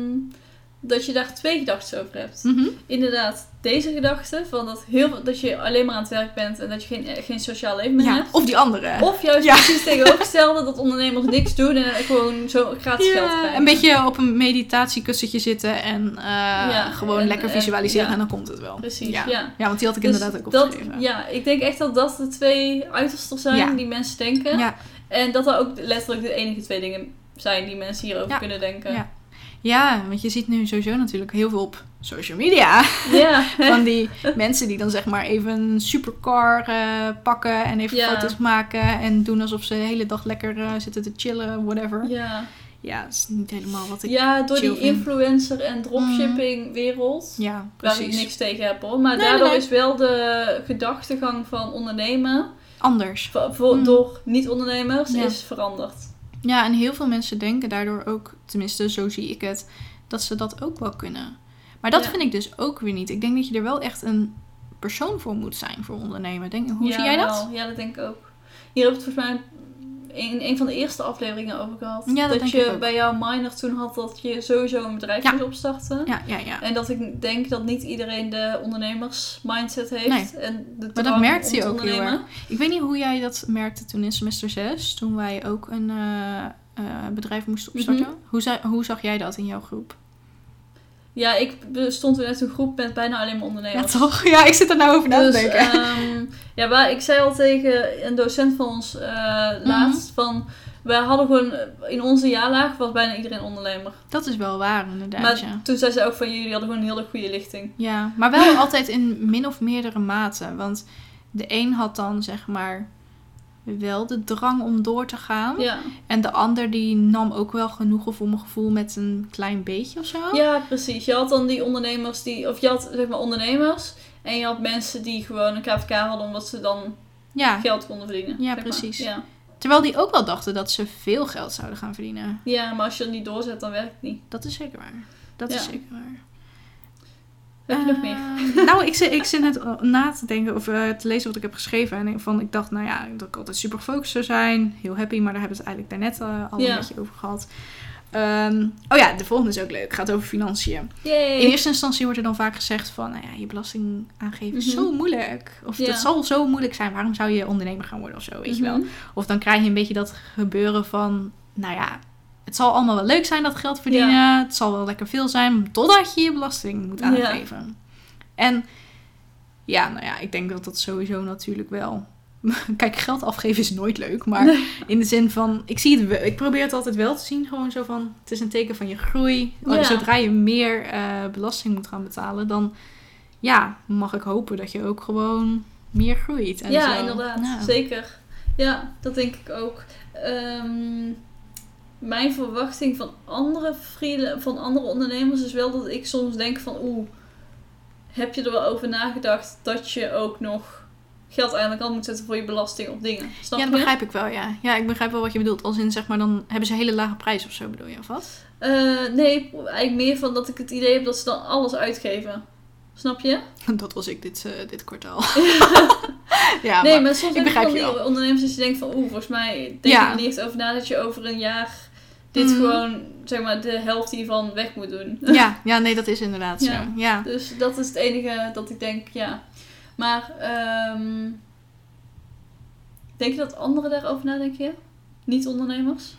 B: dat je daar twee gedachten over hebt.
A: Mhm.
B: Inderdaad, deze gedachte van dat, heel, veel- dat je alleen maar aan het werk bent en dat je geen, eh, geen sociaal leven meer
A: ja.
B: hebt.
A: Of die andere.
B: Of juist
A: Ja.
B: precies tegenovergestelde dat ondernemers niks doen en gewoon zo gratis geld
A: Ja,
B: krijgen.
A: een beetje op een meditatiekussentje zitten en eh, gewoon
B: en-
A: lekker
B: en-
A: visualiseren
B: ja.
A: en dan komt het wel.
B: Precies,
A: Ja,
B: ja.
A: Ja, want die had ik
B: Dus
A: inderdaad ook
B: dat,
A: opgeschreven.
B: ja, ik denk echt dat dat de twee uitersten zijn
A: Ja.
B: die mensen denken.
A: Ja,
B: En dat dat ook letterlijk de enige twee dingen zijn die mensen hierover
A: Ja.
B: kunnen denken.
A: Ja. ja, want je ziet nu sowieso natuurlijk heel veel op social
B: <laughs>
A: media.
B: <laughs>
A: <laughs>
B: Ja.
A: Van die mensen die dan zeg maar even een supercar eh, pakken en even
B: Ja.
A: foto's maken. En doen alsof ze de hele dag lekker eh, zitten te chillen, whatever. Ja,
B: ja.
A: dat is niet helemaal wat ik... Ja,
B: Ja, door die
A: chill vind. Mm.
B: influencer- en dropshipping-wereld. Waar ik
A: precies.
B: Nou, niks tegen heb hoor. Maar
A: Nee,
B: daardoor
A: nee.
B: is wel de gedachtegang van ondernemen
A: Anders.
B: vo- voor-
A: Mm.
B: door niet-ondernemers
A: Ja.
B: is veranderd.
A: Ja, en heel veel mensen denken daardoor ook, tenminste zo zie ik het, dat ze dat ook wel kunnen. Maar dat
B: Ja.
A: vind ik dus ook weer niet. Ik denk dat je er wel echt een persoon voor moet zijn voor ondernemen. Denk, hoe
B: Ja,
A: zie jij dat?
B: wel. Ja, dat denk ik ook. Hier heb ik het volgens mij in een van de eerste afleveringen over gehad.
A: Ja, dat denk
B: je
A: ik ook.
B: bij jouw minor toen had dat je sowieso een bedrijf
A: Ja.
B: moest opstarten.
A: Ja, ja, ja.
B: En dat ik denk dat niet iedereen de ondernemers-mindset heeft. En de
A: dat
B: drang
A: merkt
B: om
A: hij
B: te
A: ook heel
B: ondernemen.
A: erg. Ik weet niet hoe jij dat merkte toen in semester 6, toen wij ook een eh, eh, bedrijf moesten
B: Mhm.
A: opstarten. hoe, za- hoe zag jij dat in jouw groep?
B: Ja, ik stond weer uit een groep met bijna alleen maar
A: Ja,
B: ondernemers.
A: toch? Ja, ik zit er nou over na te
B: Dus,
A: denken.
B: ehm, ja, maar ik zei al tegen een docent van ons eh,
A: Mhm.
B: laatst van... Wij hadden gewoon, eh, in onze jaarlaag was bijna iedereen ondernemer.
A: dat is wel waar, inderdaad.
B: maar
A: ja.
B: toen zei ze ook van, jullie hadden gewoon een hele goede lichting.
A: Ja, maar
B: <laughs>
A: wel altijd in min of meerdere mate. Want de een had dan zeg maar wel de drang om door te gaan.
B: Ja,
A: En de ander die nam ook wel genoegen voor mijn gevoel met een klein beetje of zo.
B: ja precies. Je had dan die ondernemers die... Of je had zeg maar ondernemers... En je had mensen die gewoon een KVK hadden omdat ze dan
A: Ja,
B: geld konden verdienen.
A: Ja,
B: zeg maar.
A: precies.
B: Ja.
A: terwijl die ook wel dachten dat ze veel geld zouden gaan verdienen.
B: ja, maar als je dat niet doorzet, dan werkt het niet.
A: Dat is zeker waar. Dat
B: Ja.
A: is zeker waar.
B: Heb je nog meer?
A: Eh, nou, ik zit, ik zit net al na te denken of eh, te lezen wat ik heb geschreven. En ik- van, ik dacht, nou ja, dat ik altijd super gefocust zou zijn. Heel happy, maar daar hebben we het eigenlijk daarnet eh, al
B: Ja.
A: een beetje over gehad. Ehm, oh ja, de volgende is ook leuk. Gaat over financiën.
B: Yay!
A: In eerste instantie wordt er dan vaak gezegd van, nou ja, je belasting aangeven is
B: Mhm.
A: zo moeilijk. Of
B: Ja.
A: dat zal zo moeilijk zijn. Waarom zou je ondernemer gaan worden of zo, weet je wel.
B: Mhm.
A: Of dan krijg je een beetje dat gebeuren van, nou ja, het zal allemaal wel leuk zijn dat geld verdienen. Het zal wel lekker veel zijn, totdat je je belasting moet
B: Ja.
A: aangeven. En ja, nou ja, ik denk dat dat sowieso natuurlijk wel. <laughs> Kijk, geld afgeven is nooit leuk, maar in de zin van, ik zie het, wel- ik probeer het altijd wel te zien, gewoon zo van, het is een teken van je groei. Oh,
B: Ja.
A: Zodra je meer eh, belasting moet gaan betalen, dan ja, mag ik hopen dat je ook gewoon meer groeit. En
B: ja,
A: zo.
B: inderdaad.
A: Ja.
B: Zeker. Ja, dat denk ik ook. Ehm, mijn verwachting van andere, freela- van andere ondernemers is wel dat ik soms denk van... Oeh, heb je er wel over nagedacht dat je ook nog geld aan de kant moet zetten voor je belasting of dingen? Snap
A: Ja,
B: je?
A: dat begrijp ik wel, ja. Ja, ik begrijp wel wat je bedoelt. Als in, zeg maar, dan hebben ze een hele lage prijs of zo, bedoel je, of wat?
B: Eh, nee, eigenlijk meer van dat ik het idee heb dat ze dan alles uitgeven. Snap je?
A: Dat was ik dit, eh, dit <laughs> kwartaal. ja,
B: nee,
A: Ah, maar-
B: maar soms
A: ik
B: heb ik
A: begrijp
B: van
A: je
B: die
A: wel.
B: ondernemers dat je denkt van... Oeh, volgens mij denk
A: Ja.
B: ik er niet echt over na dat je over een jaar... dit
A: Mhm.
B: gewoon, zeg maar, de helft hiervan weg moet doen.
A: ja, ja, nee, dat is inderdaad
B: Ja.
A: zo. Ja.
B: Dus dat is het enige dat ik denk, ja. Maar, ehm denk je dat anderen daarover nadenken? Niet-ondernemers?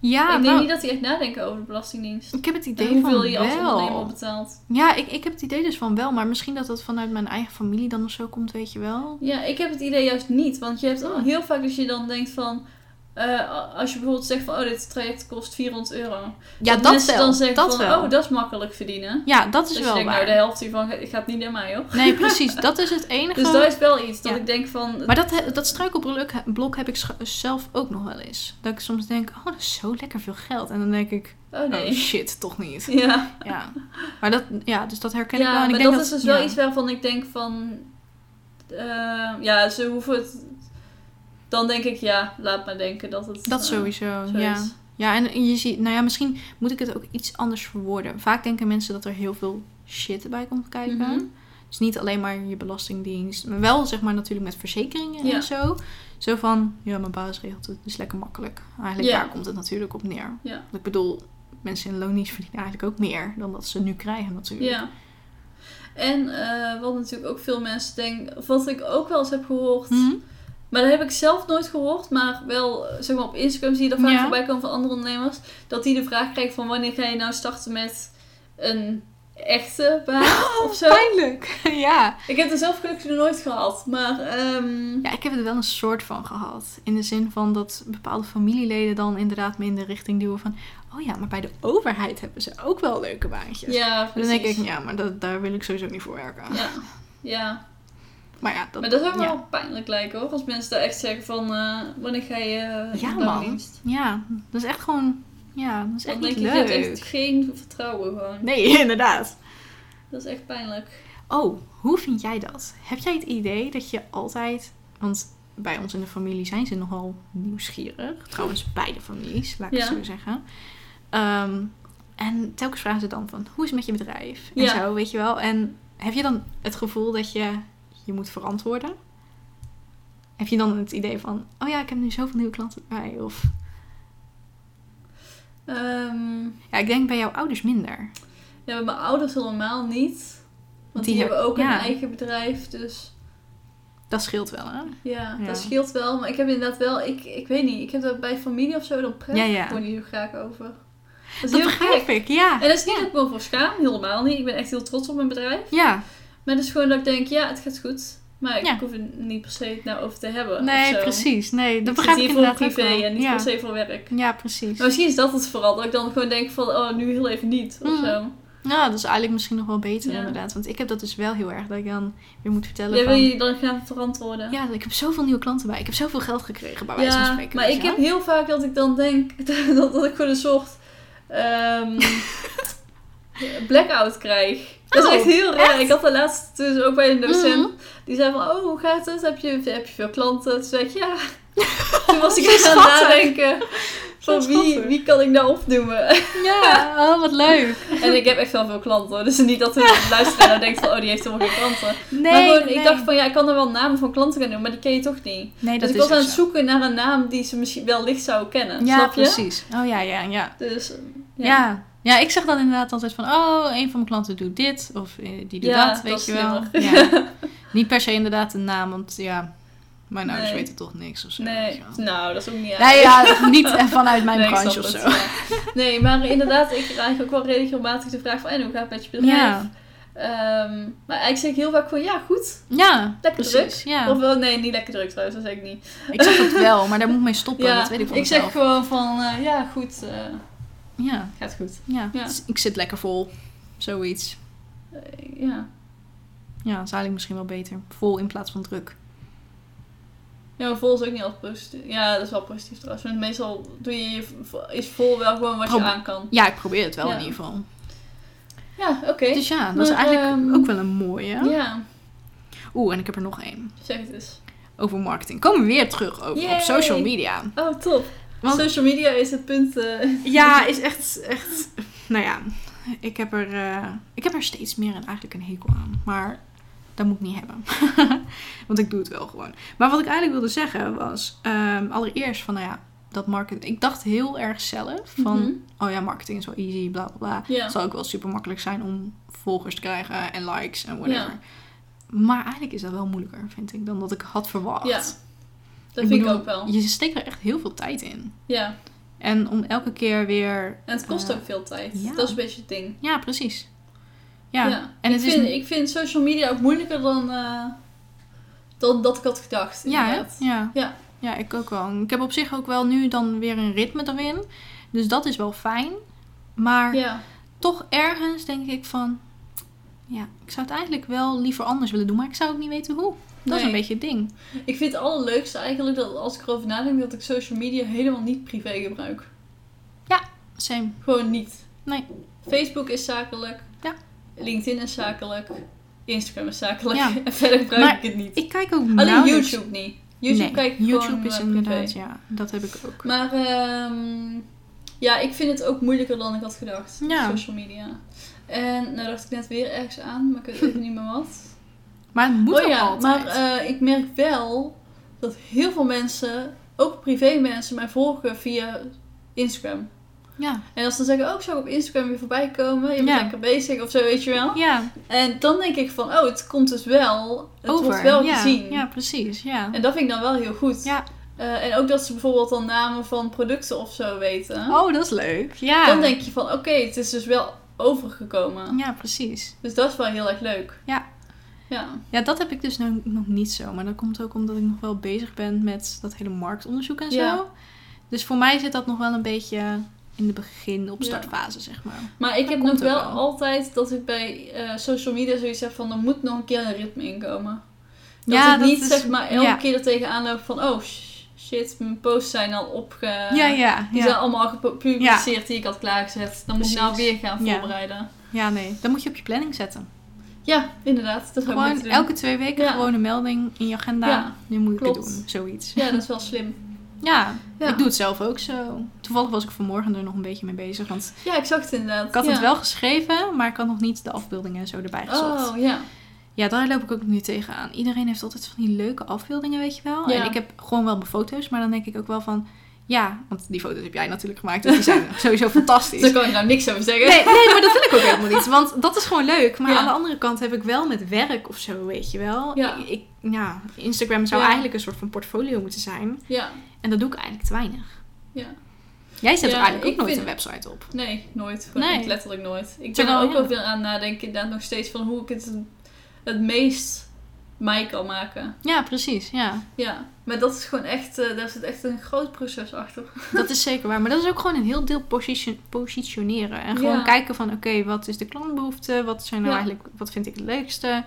A: Ja,
B: ik denk
A: nou,
B: niet dat die echt nadenken over de Belastingdienst.
A: ik heb het
B: En
A: idee
B: hoeveel
A: van
B: je als ondernemer
A: wel.
B: betaalt.
A: Ja, ik, ik heb het idee dus van wel. Maar misschien dat dat vanuit mijn eigen familie dan of zo komt, weet je wel.
B: Ja, ik heb het idee juist niet. Want je hebt
A: Oh.
B: heel vaak dat je dan denkt van... eh, als je bijvoorbeeld zegt van, oh, dit traject kost 400 euro.
A: Ja, dat
B: mensen
A: wel.
B: dan zeggen
A: dat
B: van,
A: wel.
B: oh, dat is makkelijk verdienen.
A: ja, dat is
B: Dus je
A: wel
B: denkt, nou,
A: waar.
B: de helft hiervan ga- gaat niet naar mij, hoor.
A: Nee, precies. Dat is het enige.
B: Dus dat is wel iets dat
A: Ja.
B: ik denk van...
A: Maar dat, he- dat struikelblok he- blok heb ik scha- zelf ook nog wel eens. Dat ik soms denk, oh, dat is zo lekker veel geld. En dan denk ik,
B: Oh nee. <laughs>
A: oh shit, toch niet.
B: ja.
A: Ja, maar dat, ja, dus dat herken ik
B: ja,
A: wel. En ik
B: maar
A: denk
B: dat, is dus wel
A: ja.
B: iets waarvan ik denk van... eh, ja, ze hoeven het... dan denk ik, ja, laat maar denken dat het...
A: Dat
B: eh,
A: sowieso,
B: zo
A: ja.
B: is.
A: Ja, en je ziet, nou ja, misschien moet ik het ook iets anders verwoorden. Vaak denken mensen dat er heel veel shit bij komt kijken.
B: Mhm.
A: Dus niet alleen maar je belastingdienst, maar wel zeg maar natuurlijk met verzekeringen
B: Ja.
A: en zo. Zo van, ja, mijn baas regelt het, dus lekker makkelijk. Eigenlijk
B: Ja.
A: daar komt het natuurlijk op neer.
B: Ja.
A: Want Ik bedoel, mensen in loondienst verdienen eigenlijk ook meer dan dat ze nu krijgen natuurlijk.
B: Ja. En eh, wat natuurlijk ook veel mensen denken, of wat ik ook wel eens heb gehoord,
A: Mhm.
B: maar dat heb ik zelf nooit gehoord, maar wel eh, zeg maar op Instagram zie je dat vaak
A: Ja.
B: voorbij komen van andere ondernemers, dat die de vraag krijgen van wanneer ga je nou starten met een echte
A: <laughs>
B: baan <laughs>
A: Oh,
B: of zo.
A: Pijnlijk! <laughs> ja.
B: Ik heb er zelf gelukkig nog nooit gehad, maar ehm,
A: Ja, ik heb er wel een soort van gehad. In de zin van dat bepaalde familieleden dan inderdaad me in de richting duwen van... Oh ja, maar bij de overheid hebben ze ook wel leuke baantjes.
B: ja,
A: dan
B: precies.
A: denk ik, ja, maar dat, daar wil ik sowieso niet voor werken.
B: Ja. Ja.
A: Maar ja, dat...
B: maar dat zou me
A: ja.
B: wel pijnlijk lijken hoor, als mensen daar echt zeggen van eh, wanneer ga je eh, in
A: Ja,
B: de
A: man.
B: loondienst?
A: Ja, dat is echt gewoon... Ja, dat is echt
B: Dan
A: niet
B: denk ik, je
A: leuk.
B: hebt echt geen vertrouwen gewoon.
A: Nee, <laughs> inderdaad.
B: Dat is echt pijnlijk.
A: Oh, hoe vind jij dat? Heb jij het idee dat je altijd... Want bij ons in de familie zijn ze nogal nieuwsgierig. Trouwens, beide families, laat ik het
B: Ja.
A: zo zeggen. Ehm, en telkens vragen ze dan van... Hoe is het met je bedrijf? En
B: Ja.
A: zo, weet je wel. En heb je dan het gevoel dat je je moet verantwoorden? Heb je dan het idee van... Oh ja, ik heb nu zoveel nieuwe klanten bij. Of...
B: Ehm,
A: Ja, ik denk bij jouw ouders minder.
B: ja, bij mijn ouders helemaal niet. Want die,
A: Die
B: hebben ook
A: ja.
B: een eigen bedrijf. Dus
A: Dat scheelt wel, hè?
B: ja,
A: Ja.
B: dat scheelt wel. Maar ik heb inderdaad wel, ik, ik weet niet, ik heb dat bij familie of zo, dan praat
A: Ja,
B: ik
A: ja.
B: gewoon niet zo graag over. Dat is
A: Dat,
B: heel
A: begrijp
B: gek. Eh,
A: ik, ja.
B: En dat is niet dat ik me voor schaam, helemaal niet. Ik ben echt heel trots op mijn bedrijf.
A: Ja,
B: Maar het is gewoon dat ik denk, ja, het gaat goed. Maar ik
A: Ja.
B: hoef er niet per se het nou over te hebben. of
A: nee,
B: zo.
A: precies. Nee, dat
B: Ik
A: begrijp
B: zit
A: ik
B: hier voor
A: inderdaad ook
B: privé
A: wel.
B: en niet
A: ja.
B: per se voor werk.
A: Ja, precies.
B: Maar misschien is dat het vooral. Dat ik dan gewoon denk van, oh, nu heel even niet. Of
A: Mm.
B: zo.
A: Nou, dat is eigenlijk misschien nog wel beter
B: Ja.
A: inderdaad. Want ik heb dat dus wel heel erg, dat ik dan weer moet vertellen
B: Ja,
A: van...
B: wil je dan gaan verantwoorden?
A: Ja, ik heb zoveel nieuwe klanten bij. Ik heb zoveel geld gekregen bij wijze van spreken.
B: maar
A: weet
B: ik
A: je
B: heb
A: wel.
B: heel vaak dat ik dan denk <laughs> dat, dat ik gewoon een soort
A: <laughs>
B: ehm, blackout krijg. Dat
A: Oh,
B: is echt heel raar. Ik had de laatste dus ook bij een docent.
A: Mhm.
B: Die zei van, oh, hoe gaat het? Heb je, heb je veel klanten? Toen zei ik, ja. <laughs> Toen was ik
A: Zo
B: echt aan het
A: schattig.
B: nadenken van
A: Zo
B: wie,
A: schattig.
B: wie kan ik nou opnoemen? <laughs>
A: Ja, <laughs> oh, wat leuk.
B: En ik heb echt wel veel klanten. hoor. Dus niet
A: <laughs>
B: dat de luisteraar nou denkt van, oh, die heeft helemaal geen klanten.
A: Nee,
B: maar gewoon,
A: nee.
B: ik dacht van, ja, ik kan er wel namen van klanten gaan noemen, maar die ken je toch niet.
A: Nee, dat
B: Dus ik
A: is
B: was aan
A: ook
B: het
A: zo.
B: zoeken naar een naam die ze misschien wellicht zou kennen.
A: Ja,
B: snap je?
A: precies. Oh ja, ja, ja.
B: Dus, eh,
A: Ja. ja. ik zeg dan inderdaad altijd van... Oh, een van mijn klanten doet dit. Of eh, die doet
B: Ja,
A: dat,
B: dat
A: weet
B: is
A: je wel.
B: slimmer. <laughs>
A: Ja. Niet per se inderdaad een naam, want ja... Mijn ouders
B: Nee.
A: weten toch niks of zo. weet
B: Nee,
A: je wel.
B: nou, dat is ook niet erg.
A: Nee, ja,
B: <laughs>
A: niet eh, vanuit mijn
B: Nee, ik
A: branche
B: snap
A: of zo.
B: het, ja. Nee, maar inderdaad, ik krijg ook wel regelmatig de vraag van, en hoe gaat het met je bedrijf?
A: Ja,
B: Ehm, maar ik zeg heel vaak gewoon, ja, goed.
A: ja
B: Lekker
A: precies. Ja.
B: Of wel, nee, niet lekker druk trouwens, dat zeg ik niet.
A: Ik zeg het wel, maar daar moet ik mee stoppen.
B: <laughs> ja,
A: dat weet ik van
B: zeg
A: mezelf.
B: gewoon van, eh, ja, goed, eh,
A: Ja,
B: gaat goed.
A: ja. Dus
B: Ja.
A: Ik zit lekker vol. Zoiets.
B: Eh, ja.
A: Ja, dat is eigenlijk misschien wel beter. Vol in plaats van druk.
B: ja, maar vol is ook niet altijd positief. Ja, dat is wel positief trouwens. Want meestal doe je, je- is vol wel gewoon wat je
A: Probe-
B: aan kan.
A: Ja, ik probeer het wel
B: Ja.
A: in ieder geval.
B: Ja, oké.
A: Dus ja, dat is
B: Maar,
A: eigenlijk
B: ehm,
A: ook wel een mooie.
B: ja,
A: Oeh, en ik heb er nog één.
B: zeg het eens.
A: Over marketing. Komen we weer terug over op
B: Yay.
A: social media.
B: Oh, top.
A: Want-
B: Social media is het punt. eh,
A: Ja, is echt, echt... Nou ja, ik heb, er, eh, ik heb er steeds meer en eigenlijk een hekel aan. Maar dat moet ik niet hebben. <laughs> Want ik doe het wel gewoon. Maar wat ik eigenlijk wilde zeggen was... ehm, allereerst van, nou ja, dat marketing... Ik dacht heel erg zelf <laughs> van...
B: mhm.
A: Oh ja, marketing is wel easy, bla bla bla.
B: Ja.
A: Het zal ook wel super makkelijk zijn om volgers te krijgen en likes en whatever.
B: Ja.
A: Maar eigenlijk is dat wel moeilijker, vind ik, dan dat ik had verwacht.
B: Ja, Dat vind
A: bedoel,
B: ik ook wel.
A: Je steekt er echt heel veel tijd in.
B: Ja.
A: En om elke keer weer...
B: En het kost
A: Eh,
B: ook veel tijd.
A: ja.
B: Dat is een beetje het ding.
A: Ja, precies. Ja, en
B: ik,
A: het is
B: vind,
A: niet-
B: ik vind social media ook moeilijker dan, eh, dan dat ik had gedacht.
A: Ja, hè?
B: inderdaad.
A: ja.
B: Ja.
A: Ja, ik ook wel. En Ik heb op zich ook wel nu dan weer een ritme erin. Dus dat is wel fijn. Maar
B: Ja.
A: toch ergens denk ik van... Ja, ik zou het eigenlijk wel liever anders willen doen. Maar ik zou ook niet weten hoe. Dat is
B: Nee.
A: een beetje het ding.
B: Ik vind het allerleukste eigenlijk dat als ik erover nadenk dat ik social media helemaal niet privé gebruik.
A: Same.
B: Gewoon niet.
A: Nee.
B: Facebook is zakelijk.
A: Ja.
B: LinkedIn is zakelijk. Instagram is zakelijk.
A: Ja.
B: <laughs> En verder gebruik
A: Maar
B: ik het niet.
A: Ik kijk ook
B: Alleen
A: nauwelijks-
B: Nou, YouTube niet. YouTube
A: Nee,
B: kijk ik gewoon,
A: YouTube is
B: eh,
A: inderdaad,
B: privé.
A: ja. Dat heb ik ook.
B: Maar ehm, ja, ik vind het ook moeilijker dan ik had gedacht.
A: Ja.
B: Social media. En nou dacht ik net weer ergens aan, maar ik weet even niet meer wat.
A: Maar het <laughs> moet
B: oh
A: ook
B: ja,
A: altijd.
B: maar eh, ik merk wel dat heel veel mensen, ook privé mensen, mij volgen via Instagram.
A: ja.
B: En als ze dan zeggen, oh, ik zag op Instagram weer voorbij komen, je bent
A: Ja.
B: lekker bezig of zo, weet je wel.
A: ja,
B: En dan denk ik van, oh, het komt dus wel, het
A: over.
B: wordt wel
A: ja,
B: gezien.
A: Ja, precies. Ja.
B: En dat vind ik dan wel heel goed.
A: Ja.
B: Eh, en ook dat ze bijvoorbeeld dan namen van producten of zo weten.
A: Oh, dat is leuk. Ja.
B: Dan denk je van, oké, het is dus wel overgekomen.
A: Ja, precies.
B: Dus dat is wel heel erg leuk.
A: Ja.
B: Ja.
A: Ja, dat heb ik dus nog, nog niet zo. Maar dat komt ook omdat ik nog wel bezig ben met dat hele marktonderzoek en zo.
B: Ja.
A: Dus voor mij zit dat nog wel een beetje in de begin, op
B: Ja.
A: startfase, zeg maar.
B: Maar ik
A: Dat
B: heb
A: komt
B: nog wel,
A: ook wel.
B: altijd dat ik bij eh, social media zoiets heb van, er moet nog een keer een ritme inkomen. Dat
A: Ja,
B: ik
A: dat
B: niet
A: is-
B: zeg maar elke
A: ja.
B: keer er tegenaan loop van, oh sh- shit, mijn posts zijn al opge...
A: ja, ja,
B: Die
A: ja.
B: zijn allemaal al gepubliceerd die ik had klaargezet. Dan moet ik nou
A: Precies.
B: weer gaan
A: Ja.
B: voorbereiden.
A: Ja, nee. Dat moet je op je planning zetten.
B: Ja, inderdaad. Dat zou ik
A: Gewoon
B: moeten doen.
A: elke twee weken
B: Ja.
A: gewoon een melding in je agenda.
B: Ja,
A: Nu moet ik het
B: klopt.
A: doen, zoiets.
B: Ja, dat is wel slim.
A: Ja,
B: Ja.
A: ik doe het zelf ook zo. Toevallig was ik vanmorgen er nog een beetje mee bezig. Want
B: Ja, ik zag het inderdaad.
A: ik had
B: ja.
A: het wel geschreven, maar ik had nog niet de afbeeldingen en zo erbij gezocht.
B: Oh, ja.
A: Ja, daar loop ik ook nu tegenaan. Iedereen heeft altijd van die leuke afbeeldingen, weet je wel.
B: Ja.
A: En ik heb gewoon wel mijn foto's, maar dan denk ik ook wel van... Ja, want die foto's heb jij natuurlijk gemaakt, dus die
B: <laughs>
A: zijn sowieso fantastisch.
B: Daar kan ik nou niks over zeggen.
A: Nee, nee, maar dat wil ik ook helemaal niet. Want dat is gewoon leuk. Maar
B: Ja.
A: aan de andere kant heb ik wel met werk of zo, weet je wel.
B: Ja.
A: Ik, ik- ja, Instagram zou
B: Ja.
A: eigenlijk een soort van portfolio moeten zijn.
B: Ja,
A: En dat doe ik eigenlijk te weinig.
B: ja.
A: Jij zet
B: Ja,
A: er eigenlijk ook
B: ik
A: nooit
B: vind-
A: een website op.
B: Nee, nooit. Gewoon
A: Nee.
B: echt Letterlijk nooit. Ik ben
A: Terwijl,
B: er ook
A: ja.
B: wel weer aan nadenken inderdaad nog steeds van hoe ik het het meest mij kan maken.
A: Ja, precies. Ja.
B: Ja, maar dat is gewoon echt, eh, daar zit echt een groot proces achter.
A: Dat is zeker waar. Maar dat is ook gewoon een heel deel position- positioneren. En gewoon
B: Ja.
A: kijken van oké, wat is de klantbehoefte? Wat zijn nou
B: Ja.
A: eigenlijk, wat vind ik het leukste?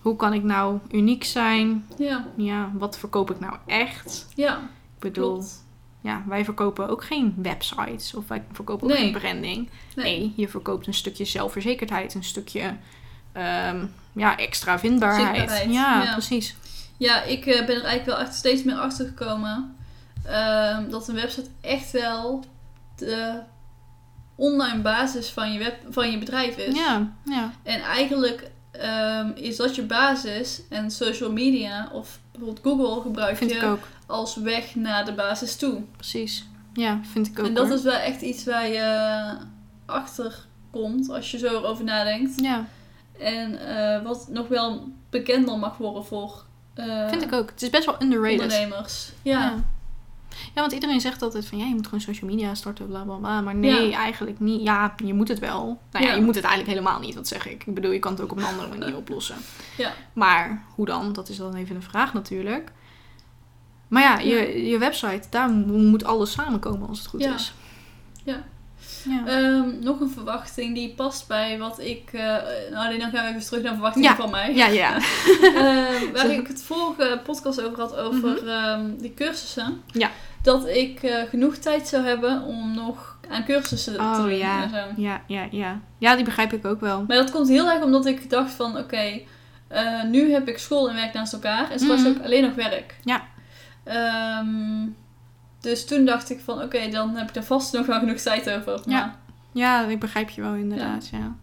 A: Hoe kan ik nou uniek zijn?
B: Ja,
A: Ja, wat verkoop ik nou echt?
B: ja,
A: Ik bedoel,
B: klopt.
A: ja, wij verkopen ook geen websites of wij verkopen ook
B: Nee.
A: geen branding. Nee. je verkoopt een stukje zelfverzekerdheid, een stukje ehm, ja, extra vindbaarheid.
B: Zichtbaarheid,
A: Ja,
B: ja.
A: precies.
B: Ja, ik eh, ben er eigenlijk wel echt steeds meer achter gekomen ehm, dat een website echt wel de online basis van je, web, van je bedrijf is.
A: Ja, ja,
B: En eigenlijk ehm, is dat je basis en social media of bijvoorbeeld Google gebruik
A: vind
B: je
A: ik ook.
B: als weg naar de basis toe.
A: Precies. Ja, vind ik ook.
B: en dat
A: hoor.
B: is wel echt iets waar je achter komt als je zo erover nadenkt.
A: Ja,
B: En eh, wat nog wel bekender mag worden voor eh,
A: vind ik ook. Het is best wel underrated.
B: ondernemers. Ja.
A: Ja. Ja, want iedereen zegt altijd van ja, je moet gewoon social media starten, bla bla bla. Maar nee,
B: Ja.
A: eigenlijk niet. Ja, je moet het wel. Nou ja,
B: Ja.
A: je moet het eigenlijk helemaal niet, dat zeg ik. Ik bedoel, je kan het ook op een andere
B: <laughs>
A: manier oplossen.
B: Ja.
A: Maar hoe dan? Dat is dan even een vraag natuurlijk. Maar ja, je, je website, daar mo- moet alles samenkomen als het goed
B: Ja.
A: is.
B: Ja.
A: Ja.
B: Ehm, nog een verwachting die past bij wat ik. eh, nou, alleen dan gaan we even terug naar verwachtingen
A: Ja.
B: van mij.
A: ja, ja.
B: Ehm, waar ik het vorige podcast over had, over ehm, die cursussen.
A: Mhm. Ja.
B: Dat ik eh, genoeg tijd zou hebben om nog aan cursussen
A: Oh,
B: te doen.
A: ja.
B: en zo.
A: Ja, ja, ja. Ja, die begrijp ik ook wel.
B: Maar dat komt heel erg omdat ik dacht van, oké, eh, nu heb ik school en werk naast elkaar. En straks
A: Mhm.
B: heb ik alleen nog werk.
A: Ja.
B: Ehm, dus toen dacht ik van, oké, dan heb ik er vast nog wel genoeg tijd over. Maar,
A: Ja. Ja, ik begrijp je wel inderdaad, ja.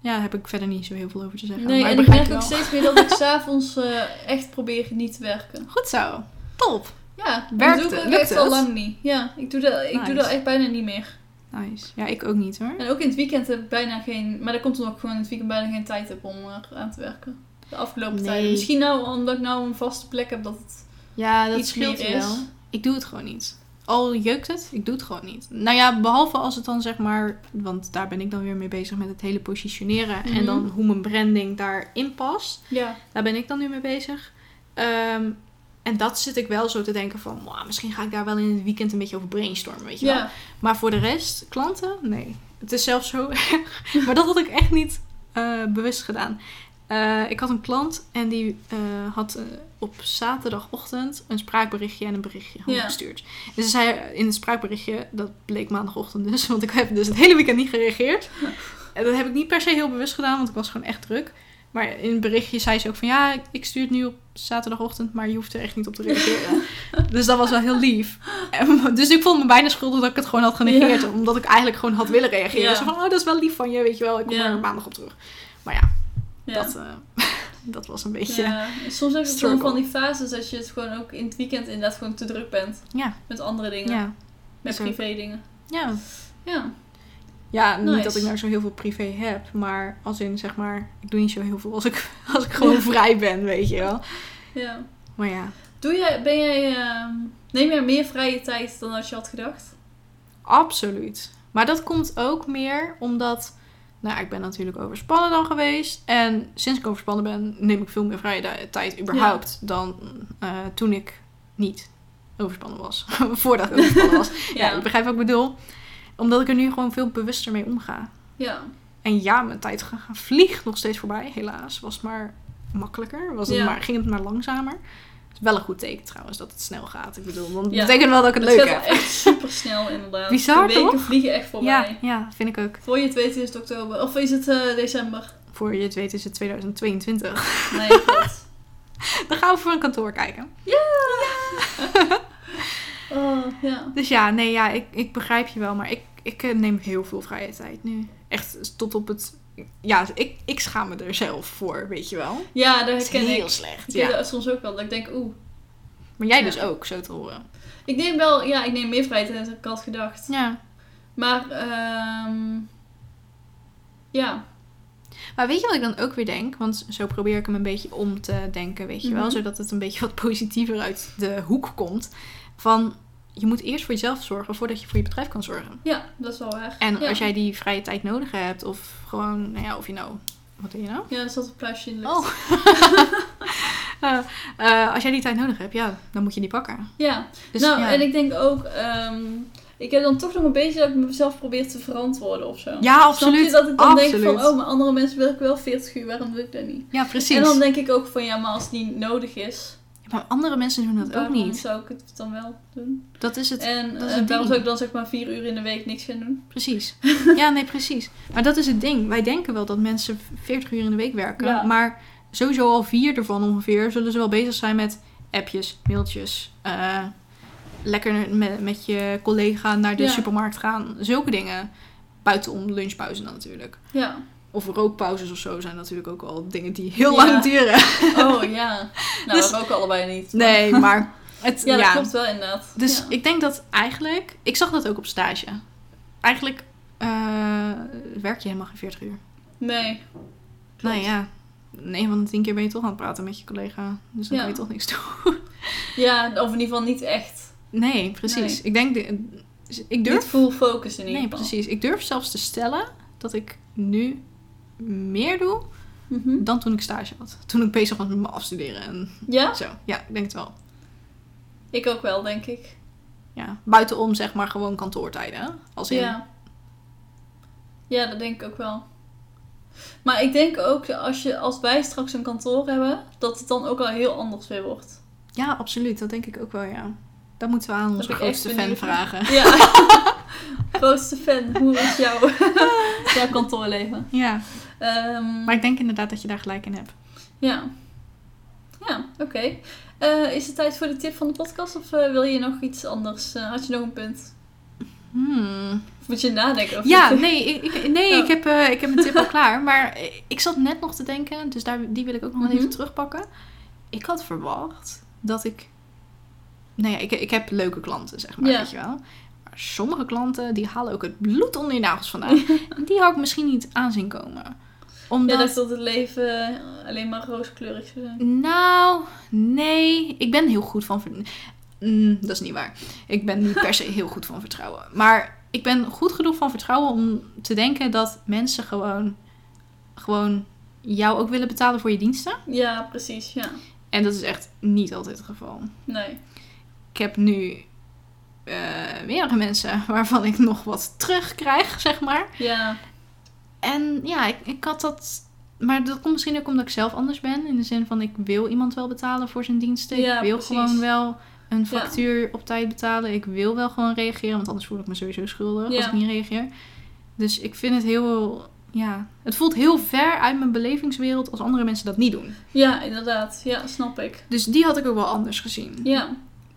A: Ja, daar heb ik verder niet zo heel veel over te zeggen.
B: Nee,
A: maar
B: en ik
A: begrijp
B: merk
A: je
B: ook
A: wel.
B: steeds meer dat ik <laughs> s'avonds eh echt probeer niet te werken.
A: Goed zo. Top.
B: Ja,
A: Werkt
B: dat doe ik
A: het?
B: ook
A: Lukt
B: echt al
A: het?
B: lang niet. Ja, ik doe dat, ik doe
A: Nice.
B: dat echt bijna niet meer.
A: Nice. Ja, ik ook niet hoor.
B: En ook in het weekend heb ik bijna geen... Maar dat komt omdat ik gewoon in het weekend bijna geen tijd heb om er aan te werken. De afgelopen
A: Nee.
B: tijd. Misschien nou omdat ik nou een vaste plek heb dat het...
A: Ja, dat
B: Iets
A: scheelt
B: meer
A: je
B: is.
A: wel. Ik doe het gewoon niet. Al jeukt het, ik doe het gewoon niet. Nou ja, behalve als het dan zeg maar... Want daar ben ik dan weer mee bezig met het hele positioneren.
B: Mhm.
A: En dan hoe mijn branding daarin past.
B: Ja,
A: Daar ben ik dan nu mee bezig. Ehm, en dat zit ik wel zo te denken van... "Mwah, misschien ga ik daar wel in het weekend een beetje over brainstormen, weet je wel.
B: ja.
A: Maar voor de rest, klanten, nee. Het is zelfs zo <laughs> erg. Maar dat had ik echt niet eh, bewust gedaan. Eh, ik had een klant en die eh, had eh, op zaterdagochtend een spraakberichtje en een berichtje had
B: Ja.
A: gestuurd. En ze zei in het spraakberichtje, dat bleek maandagochtend dus, <laughs> want ik heb dus het hele weekend niet gereageerd. En dat heb ik niet per se heel bewust gedaan, want ik was gewoon echt druk. Maar in het berichtje zei ze ook van ja, ik stuur het nu op zaterdagochtend, maar je hoeft er echt niet op te
B: <laughs>
A: reageren. dus dat was wel heel lief. En- dus ik voelde me bijna schuldig dat ik het gewoon had genegeerd.
B: Ja.
A: Omdat ik eigenlijk gewoon had willen reageren.
B: Ja.
A: Zo van, oh, dat is wel lief van je, weet je wel. Ik kom
B: Ja.
A: er maandag op terug. Maar ja,
B: Ja.
A: dat, eh, <laughs> dat was een beetje... Ja.
B: Ja. Soms heb je
A: Struggle.
B: gewoon van die fases dat je het gewoon ook in het weekend inderdaad gewoon te druk bent.
A: Ja.
B: Met andere dingen.
A: Ja.
B: Met
A: is ook-
B: privé dingen.
A: ja.
B: Ja.
A: niet
B: Nice.
A: dat ik nou zo heel veel privé heb. Maar als in, zeg maar, ik doe niet zo heel veel als ik, <laughs> als ik
B: <laughs>
A: gewoon vrij ben, weet je wel.
B: ja.
A: Maar ja.
B: Doe jij, ben jij, ehm, neem jij meer vrije tijd dan als je had gedacht?
A: Absoluut. Maar dat komt ook meer omdat. Nou, ik ben natuurlijk overspannen dan geweest. En sinds ik overspannen ben, neem ik veel meer vrije da- tijd überhaupt dan eh, toen ik niet overspannen was. <laughs> Voordat ik overspannen
B: <laughs>
A: was. ja. ik begrijp wat ik bedoel. Omdat ik er nu gewoon veel bewuster mee omga.
B: Ja.
A: En ja, mijn tijd ge- vliegt nog steeds voorbij, helaas. Was het maar makkelijker, was het
B: Ja.
A: maar, ging het maar langzamer. Het is wel een goed teken trouwens dat het snel gaat. Ik bedoel, want dat
B: Ja.
A: betekent wel dat ik het,
B: Het
A: leuk
B: gaat
A: heb.
B: echt super snel inderdaad.
A: Bizar,
B: De weken
A: toch?
B: vliegen echt voorbij.
A: Ja, ja, vind ik ook.
B: Voor je het weet is het oktober. Of is het eh, december?
A: Voor je het weet is het 2022.
B: Nee, klopt.
A: <laughs> Dan gaan we voor een kantoor kijken.
B: <laughs> Oh, ja.
A: Dus ja, nee, ja, ik, ik begrijp je wel. Maar ik, ik eh, neem heel veel vrije tijd nu. Echt tot op het... Ja, ik, ik schaam me er zelf voor, weet je wel.
B: Ja, daar
A: Dat is
B: herken
A: heel
B: ik.
A: slecht,
B: Ik heb
A: ja.
B: dat soms ook wel. Dat ik denk, oeh.
A: Maar jij
B: Ja.
A: dus ook, zo te horen.
B: Ik neem wel, ja, ik neem meer vrijheid dan ik had gedacht.
A: Ja.
B: Maar, ehm ja.
A: Maar weet je wat ik dan ook weer denk? Want zo probeer ik hem een beetje om te denken, weet je wel.
B: Mhm.
A: Zodat het een beetje wat positiever uit de hoek komt. Van, je moet eerst voor jezelf zorgen voordat je voor je bedrijf kan zorgen.
B: Ja, dat is wel waar.
A: En
B: ja.
A: als jij die vrije tijd nodig hebt, of gewoon, nou ja, of je nou... Wat doe je nou?
B: Ja, er zat een pluisje in de lucht.
A: Oh. <laughs> Eh, eh, als jij die tijd nodig hebt, ja, dan moet je die pakken.
B: Ja.
A: Dus,
B: nou,
A: ja.
B: en ik denk ook, ehm, ik heb dan toch nog een beetje dat ik mezelf probeer te verantwoorden of zo.
A: ja,
B: Snap
A: absoluut.
B: je dat ik dan
A: absoluut.
B: denk van, oh, maar andere mensen wil ik wel 40 uur, waarom doe ik dat niet?
A: Ja, precies.
B: En dan denk ik ook van, ja, maar als het niet nodig is,
A: Maar andere mensen doen dat ook
B: waarom
A: niet.
B: zou ik het dan wel doen?
A: Dat is het,
B: en
A: dat is
B: eh,
A: het ding.
B: waarom zou ik dan zeg maar 4 uur in de week niks gaan doen? <laughs>
A: precies. Ja, nee, precies. Maar dat is het ding. Wij denken wel dat mensen 40 uur in de week werken.
B: Ja.
A: Maar sowieso al vier ervan ongeveer zullen ze wel bezig zijn met appjes, mailtjes. eh, lekker met, met je collega naar de
B: Ja.
A: supermarkt gaan. Zulke dingen. Buitenom lunchpauze dan natuurlijk.
B: Ja.
A: <laughs> Of rookpauzes of zo zijn natuurlijk ook al dingen die heel
B: <laughs> Ja.
A: lang duren.
B: Oh ja. Nou,
A: Dus-
B: we ook allebei niet. maar-
A: Nee, maar het,
B: Ja,
A: ja,
B: dat klopt wel inderdaad.
A: Dus
B: ja.
A: ik denk dat eigenlijk, ik zag dat ook op stage. Eigenlijk eh, werk je helemaal geen 40 uur.
B: Nee.
A: Nou
B: Klopt.
A: ja, 9 van de 10 keer ben je toch aan het praten met je collega. Dus dan
B: Ja.
A: kan je toch niks doen. <laughs>
B: Ja, of in ieder geval niet echt.
A: Nee, precies.
B: Nee.
A: Ik denk, de- dus ik
B: Niet
A: durf,
B: full focus in ieder
A: nee,
B: geval.
A: precies. Ik durf zelfs te stellen dat ik nu meer doe
B: Mhm.
A: dan toen ik stage had. Toen ik bezig was met mijn afstuderen en
B: Ja,
A: zo. Ja, ik denk het wel.
B: ik ook wel, denk ik.
A: Ja, buitenom zeg maar gewoon kantoortijden. hè? Als in,
B: Ja. Ja, dat denk ik ook wel. Maar ik denk ook, als, je, als wij straks een kantoor hebben, dat het dan ook al heel anders weer wordt.
A: Ja, absoluut. Dat denk ik ook wel, ja. Dat moeten we aan onze
B: ben ik echt
A: grootste fan
B: benieuwd naar.
A: vragen. <laughs>
B: Ja. Grootste fan, hoe is jouw,
A: <laughs>
B: jouw kantoorleven?
A: Ja,
B: Ehm,
A: maar ik denk inderdaad dat je daar gelijk in hebt.
B: Ja. Ja, oké. Eh, is het tijd voor de tip van de podcast of eh, wil je nog iets anders? Eh, had je nog een punt?
A: Hmm.
B: Of moet je nadenken? Of
A: Ja,
B: niet? Oh.
A: nee, ik, ik- nee ik, heb, eh, ik heb mijn tip
B: <laughs>
A: al klaar. Maar ik zat net nog te denken, dus daar, die wil ik ook nog even
B: Mhm.
A: terugpakken. Ik had verwacht dat ik... Nou ja, ik, ik heb leuke klanten, zeg maar,
B: Ja.
A: weet je wel. Maar sommige klanten, die halen ook het bloed onder je nagels
B: <laughs>
A: vandaan. En die had ik misschien niet aan zien komen.
B: Ja,
A: Omdat...
B: dat tot het leven eh, alleen maar eh. rooskleurig zou zijn.
A: Nou, nee. Ik ben heel goed van vertrouwen. dat is niet waar. Ik ben niet per se heel goed van vertrouwen. Maar ik ben goed genoeg van vertrouwen om te denken dat mensen gewoon, gewoon jou ook willen betalen voor je diensten.
B: Ja, precies. Ja.
A: En dat is echt niet altijd het geval.
B: Nee.
A: Ik heb nu eh, meerdere mensen waarvan ik nog wat terugkrijg, zeg maar.
B: Ja.
A: En ja, ik, ik had dat. Maar dat komt misschien ook omdat ik zelf anders ben. In de zin van ik wil iemand wel betalen voor zijn diensten.
B: Ja,
A: ik wil
B: precies.
A: gewoon wel een factuur op tijd betalen. Ik wil wel gewoon reageren. Want anders voel ik me sowieso schuldig
B: Ja.
A: als ik niet reageer. Dus ik vind het heel ja, het voelt heel ver uit mijn belevingswereld als andere mensen dat niet doen.
B: Ja, inderdaad. Ja, snap ik.
A: Dus die had ik ook wel anders gezien.
B: Ja.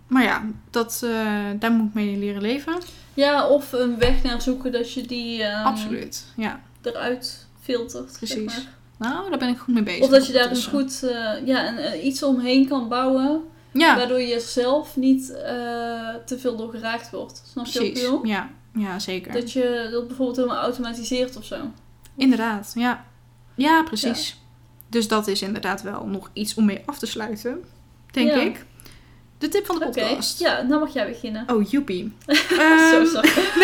A: Maar ja, dat, eh, daar moet ik mee leren leven.
B: Ja, of een weg naar zoeken dat je die ehm,
A: Absoluut. Ja,
B: eruit filtert. zeg
A: Precies.
B: maar.
A: nou, daar ben ik goed mee bezig.
B: Of dat je daar dus
A: ondertussen.
B: goed eh, ja, een, een- iets omheen kan bouwen.
A: Ja,
B: Waardoor je zelf niet eh, te veel door geraakt wordt. Snap je ook
A: precies.
B: veel?
A: Ja, ja zeker.
B: Dat je dat bijvoorbeeld helemaal automatiseert of zo.
A: Inderdaad, ja. Ja, precies. Dus dat is inderdaad wel nog iets om mee af te sluiten, denk
B: Ja.
A: ik. De tip van de
B: Oké,
A: podcast.
B: ja, nou mag jij beginnen.
A: Oh,
B: <laughs>
A: joepie.
B: Zo,
A: Ehm,
B: zo.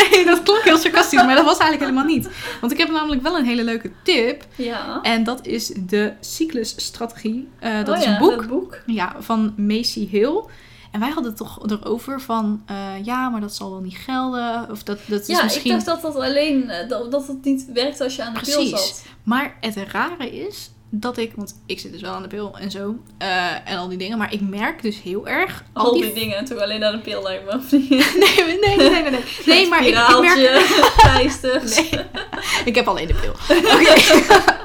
A: nee, dat klonk heel sarcastisch, maar dat was eigenlijk helemaal niet. Want ik heb namelijk wel een hele leuke tip.
B: Ja.
A: <laughs> En dat is de cyclusstrategie. Eh, dat
B: Oh
A: is
B: ja,
A: een boek.
B: dat boek.
A: Ja, van Macy Hill. En wij hadden het toch erover van, eh, ja, maar dat zal wel niet gelden. Of dat, dat is
B: ja,
A: misschien...
B: ik dacht dat dat alleen eh, dat, dat het niet werkt als je aan de pil
A: Precies.
B: zat.
A: Maar het rare is dat ik, want ik zit dus wel aan de pil en zo, eh, en al die dingen, maar ik merk dus heel erg
B: Al, die, dingen, toch alleen aan de pil lijkt me. of niet?
A: <laughs> Nee, nee, nee, nee,
B: <laughs>
A: nee. nee. Nee, maar ik, ik merk.
B: Spiraaltje,
A: <laughs>
B: pleisters.
A: Nee. Ik heb alleen de
B: <laughs>
A: pil. Oké. <laughs>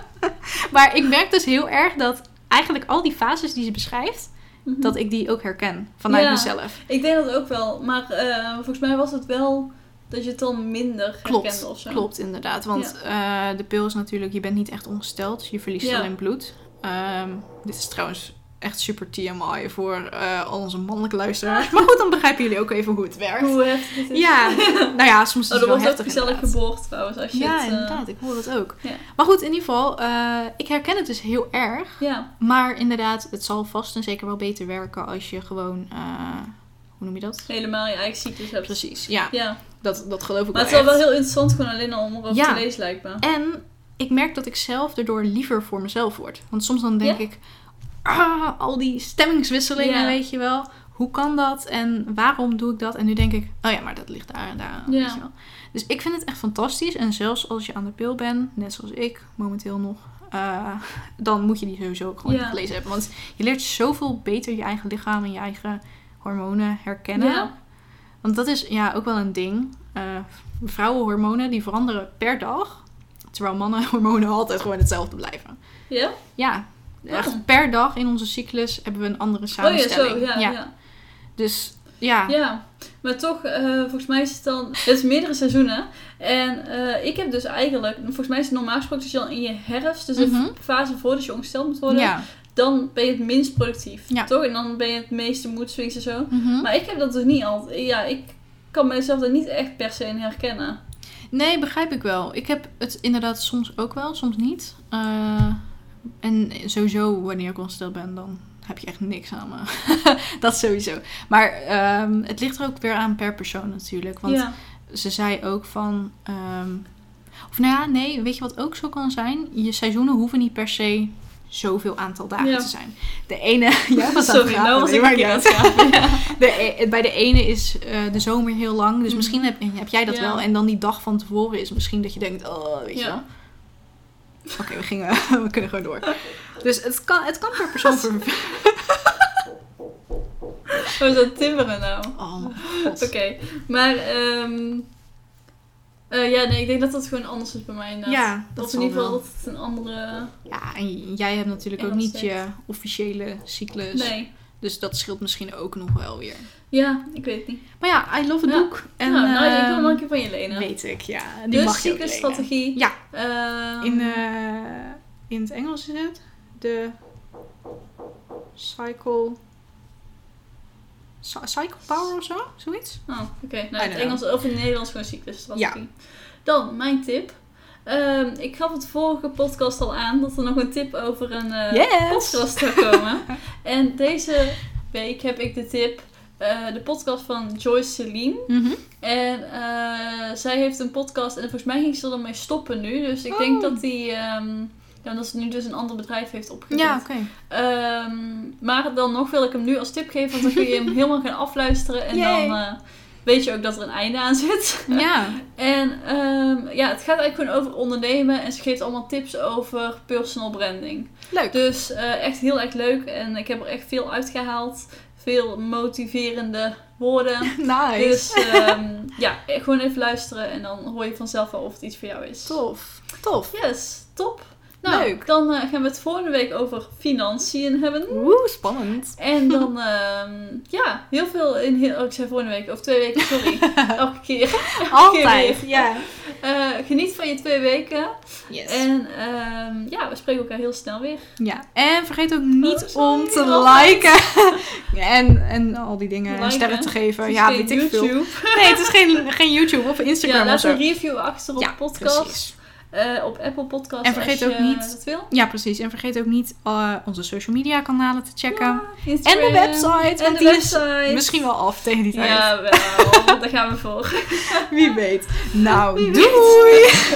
A: maar ik merk dus heel erg dat eigenlijk al die fases die ze beschrijft,
B: Mhm.
A: dat ik die ook herken vanuit
B: Ja.
A: mezelf.
B: Ik denk dat ook wel, maar eh, volgens mij was het wel dat je het dan minder
A: Klopt,
B: herkende of zo.
A: klopt inderdaad. Want eh, de pil is natuurlijk, je bent niet echt ongesteld, dus je verliest
B: Ja.
A: alleen bloed. Ehm, dit is trouwens echt super TMI voor eh, al onze mannelijke
B: <laughs>
A: luisteraars. Maar goed, dan begrijpen jullie ook even hoe het werkt.
B: Hoe heftig het is. <laughs>
A: Ja, nou ja, soms is
B: Oh,
A: het wel
B: er wordt ook
A: heftig
B: gezellig
A: inderdaad.
B: geboord trouwens als je
A: Ja,
B: het... eh,
A: inderdaad, ik hoor dat ook.
B: ja.
A: Maar goed, in ieder geval, eh, ik herken het dus heel erg.
B: Ja,
A: Maar inderdaad, het zal vast en zeker wel beter werken als je gewoon, eh, hoe noem je dat?
B: helemaal je eigen ziektes hebt.
A: Precies, ja,
B: Ja,
A: dat, dat geloof ik
B: maar het is
A: wel
B: wel
A: echt.
B: wel heel interessant gewoon alleen al om erover
A: Ja.
B: te lezen lijkt me.
A: En ik merk dat ik zelf daardoor liever voor mezelf word. Want soms dan denk
B: Ja?
A: ik, ah, al die stemmingswisselingen,
B: Ja.
A: weet je wel. Hoe kan dat en waarom doe ik dat? En nu denk ik, oh ja, maar dat ligt daar en daar. aan,
B: Ja.
A: Weet je wel. Dus ik vind het echt fantastisch. En zelfs als je aan de pil bent, net zoals ik momenteel nog, eh, dan moet je die sowieso ook gewoon
B: Ja.
A: gelezen hebben. Want je leert zoveel beter je eigen lichaam en je eigen hormonen herkennen.
B: Ja.
A: Want dat is ja ook wel een ding. Eh, vrouwenhormonen die veranderen per dag. Terwijl mannenhormonen <laughs> altijd gewoon hetzelfde blijven.
B: Ja?
A: Ja, echt
B: Oh.
A: per dag in onze cyclus hebben we een andere
B: Oh ja,
A: samenstelling.
B: zo. Ja, ja. ja.
A: Dus ja.
B: maar toch, eh, volgens mij is het dan... Het is meerdere seizoenen. En eh, ik heb dus eigenlijk... Volgens mij is het normaal gesproken dat je dan in je herfst... Dus
A: Mhm.
B: de f- fase voordat je ongesteld moet worden...
A: Ja.
B: dan ben je het minst productief.
A: Ja.
B: Toch? En dan ben je het meeste mood swings en zo.
A: Mhm.
B: Maar ik heb dat dus niet altijd. Ja, ik kan mezelf daar niet echt per se in herkennen.
A: Nee, begrijp ik wel. Ik heb het inderdaad soms ook wel, soms niet. Eh, en sowieso, wanneer ik ongesteld ben, dan heb je echt niks aan me. <laughs> dat sowieso. Maar ehm, het ligt er ook weer aan per persoon natuurlijk. Want
B: ja.
A: ze zei ook van. ehm, of nou ja, nee, weet je wat ook zo kan zijn? Je seizoenen hoeven niet per se zoveel aantal dagen
B: Ja.
A: te zijn. De ene. <laughs> <laughs> Ja, was
B: Sorry, nou was ik een keer aan het gapen. Ja.
A: de, e- bij de ene is eh, de zomer heel lang, dus
B: Mhm.
A: misschien heb, heb jij dat
B: Ja.
A: wel. En dan die dag van tevoren is misschien dat je denkt, oh, <laughs> weet je
B: Ja.
A: wel. Oké, we, gingen, <laughs> we kunnen gewoon door. Dus het kan, het kan per persoon... Ver...
B: <laughs> Wat is dat timmeren nou?
A: Oh, mijn
B: Oké,
A: god.
B: maar ehm, eh, ja, nee, ik denk dat dat gewoon anders is bij mij inderdaad.
A: Ja, dat
B: dat in
A: zal
B: ieder geval
A: wel.
B: dat het een andere...
A: Ja, en jij hebt natuurlijk
B: Ja,
A: ook
B: dat
A: niet
B: steekt.
A: je officiële cyclus.
B: Nee.
A: Dus dat scheelt misschien ook nog wel weer.
B: Ja, ik weet het niet.
A: Maar ja, I love het
B: Ja.
A: boek. En,
B: nou, nou, ik wil hem
A: ehm,
B: wel een keer van je lenen.
A: Weet ik, ja. Die
B: dus
A: mag je ook lenen.
B: cyclusstrategie.
A: Ja.
B: ehm,
A: In, eh, in het Engels is het de cycle. Cy- Cycle power of zo? Zoiets?
B: Oh, oké.
A: I
B: Nou, in
A: don't
B: het Engels of in het Nederlands gewoon cyclusstrategie.
A: Ja.
B: Dan, mijn tip. Ehm, ik gaf het vorige podcast al aan dat er nog een tip over een eh
A: Yes! <laughs>
B: podcast zou komen. en deze week heb ik de tip, eh, de podcast van Joyce Celine.
A: Mhm.
B: En eh, zij heeft een podcast en volgens mij ging ze ermee stoppen nu. Dus ik
A: Oh.
B: denk dat die, ehm ja, dat ze nu dus een ander bedrijf heeft opgericht.
A: Ja, oké.
B: Ehm, maar dan nog wil ik hem nu als tip geven, want dan kun
A: <laughs>
B: je hem helemaal gaan afluisteren. En
A: Yay.
B: dan eh, weet je ook dat er een einde aan zit.
A: Ja.
B: En ehm, ja, het gaat eigenlijk gewoon over ondernemen. En ze geeft allemaal tips over personal branding.
A: Leuk.
B: Dus eh, echt heel erg leuk. En ik heb er echt veel uitgehaald. Veel motiverende woorden.
A: Nice.
B: Dus ehm, ja, gewoon even luisteren en dan hoor je vanzelf wel of het iets voor jou is.
A: Tof. Tof.
B: Yes, top. Nou,
A: Leuk.
B: dan eh, gaan we het volgende week over financiën hebben.
A: Oeh, spannend.
B: En dan, <laughs> ehm, ja, heel veel in heel... Oh, ik zei volgende week, of twee weken,
A: <laughs>
B: sorry. Elke keer. Elke keer
A: <laughs> Altijd,
B: weer.
A: ja.
B: Eh, geniet van je twee weken.
A: Yes.
B: En ehm, ja, we spreken elkaar heel snel weer.
A: Ja, en vergeet ook niet
B: Oh, sorry,
A: om te
B: nog iets.
A: liken. <laughs> en, en al die dingen.
B: Liken.
A: En sterren te geven.
B: Het is
A: Ja,
B: geen
A: weet ik
B: YouTube.
A: veel. Nee, het is geen, geen YouTube of Instagram
B: Ja,
A: of
B: laat
A: zo.
B: een review achter op
A: Ja,
B: podcast.
A: Precies.
B: eh, op Apple Podcast.
A: En vergeet
B: als je
A: ook niet-
B: dat wil.
A: Ja, precies. En vergeet ook niet eh, onze social media kanalen te checken.
B: Ja,
A: En de
B: Instagram.
A: website.
B: En
A: want
B: de
A: die
B: website.
A: is eh, misschien wel af tegen die tijd. <laughs>
B: Ja, wel. daar gaan we voor.
A: Wie weet. Nou,
B: Wie weet.
A: doei! <laughs>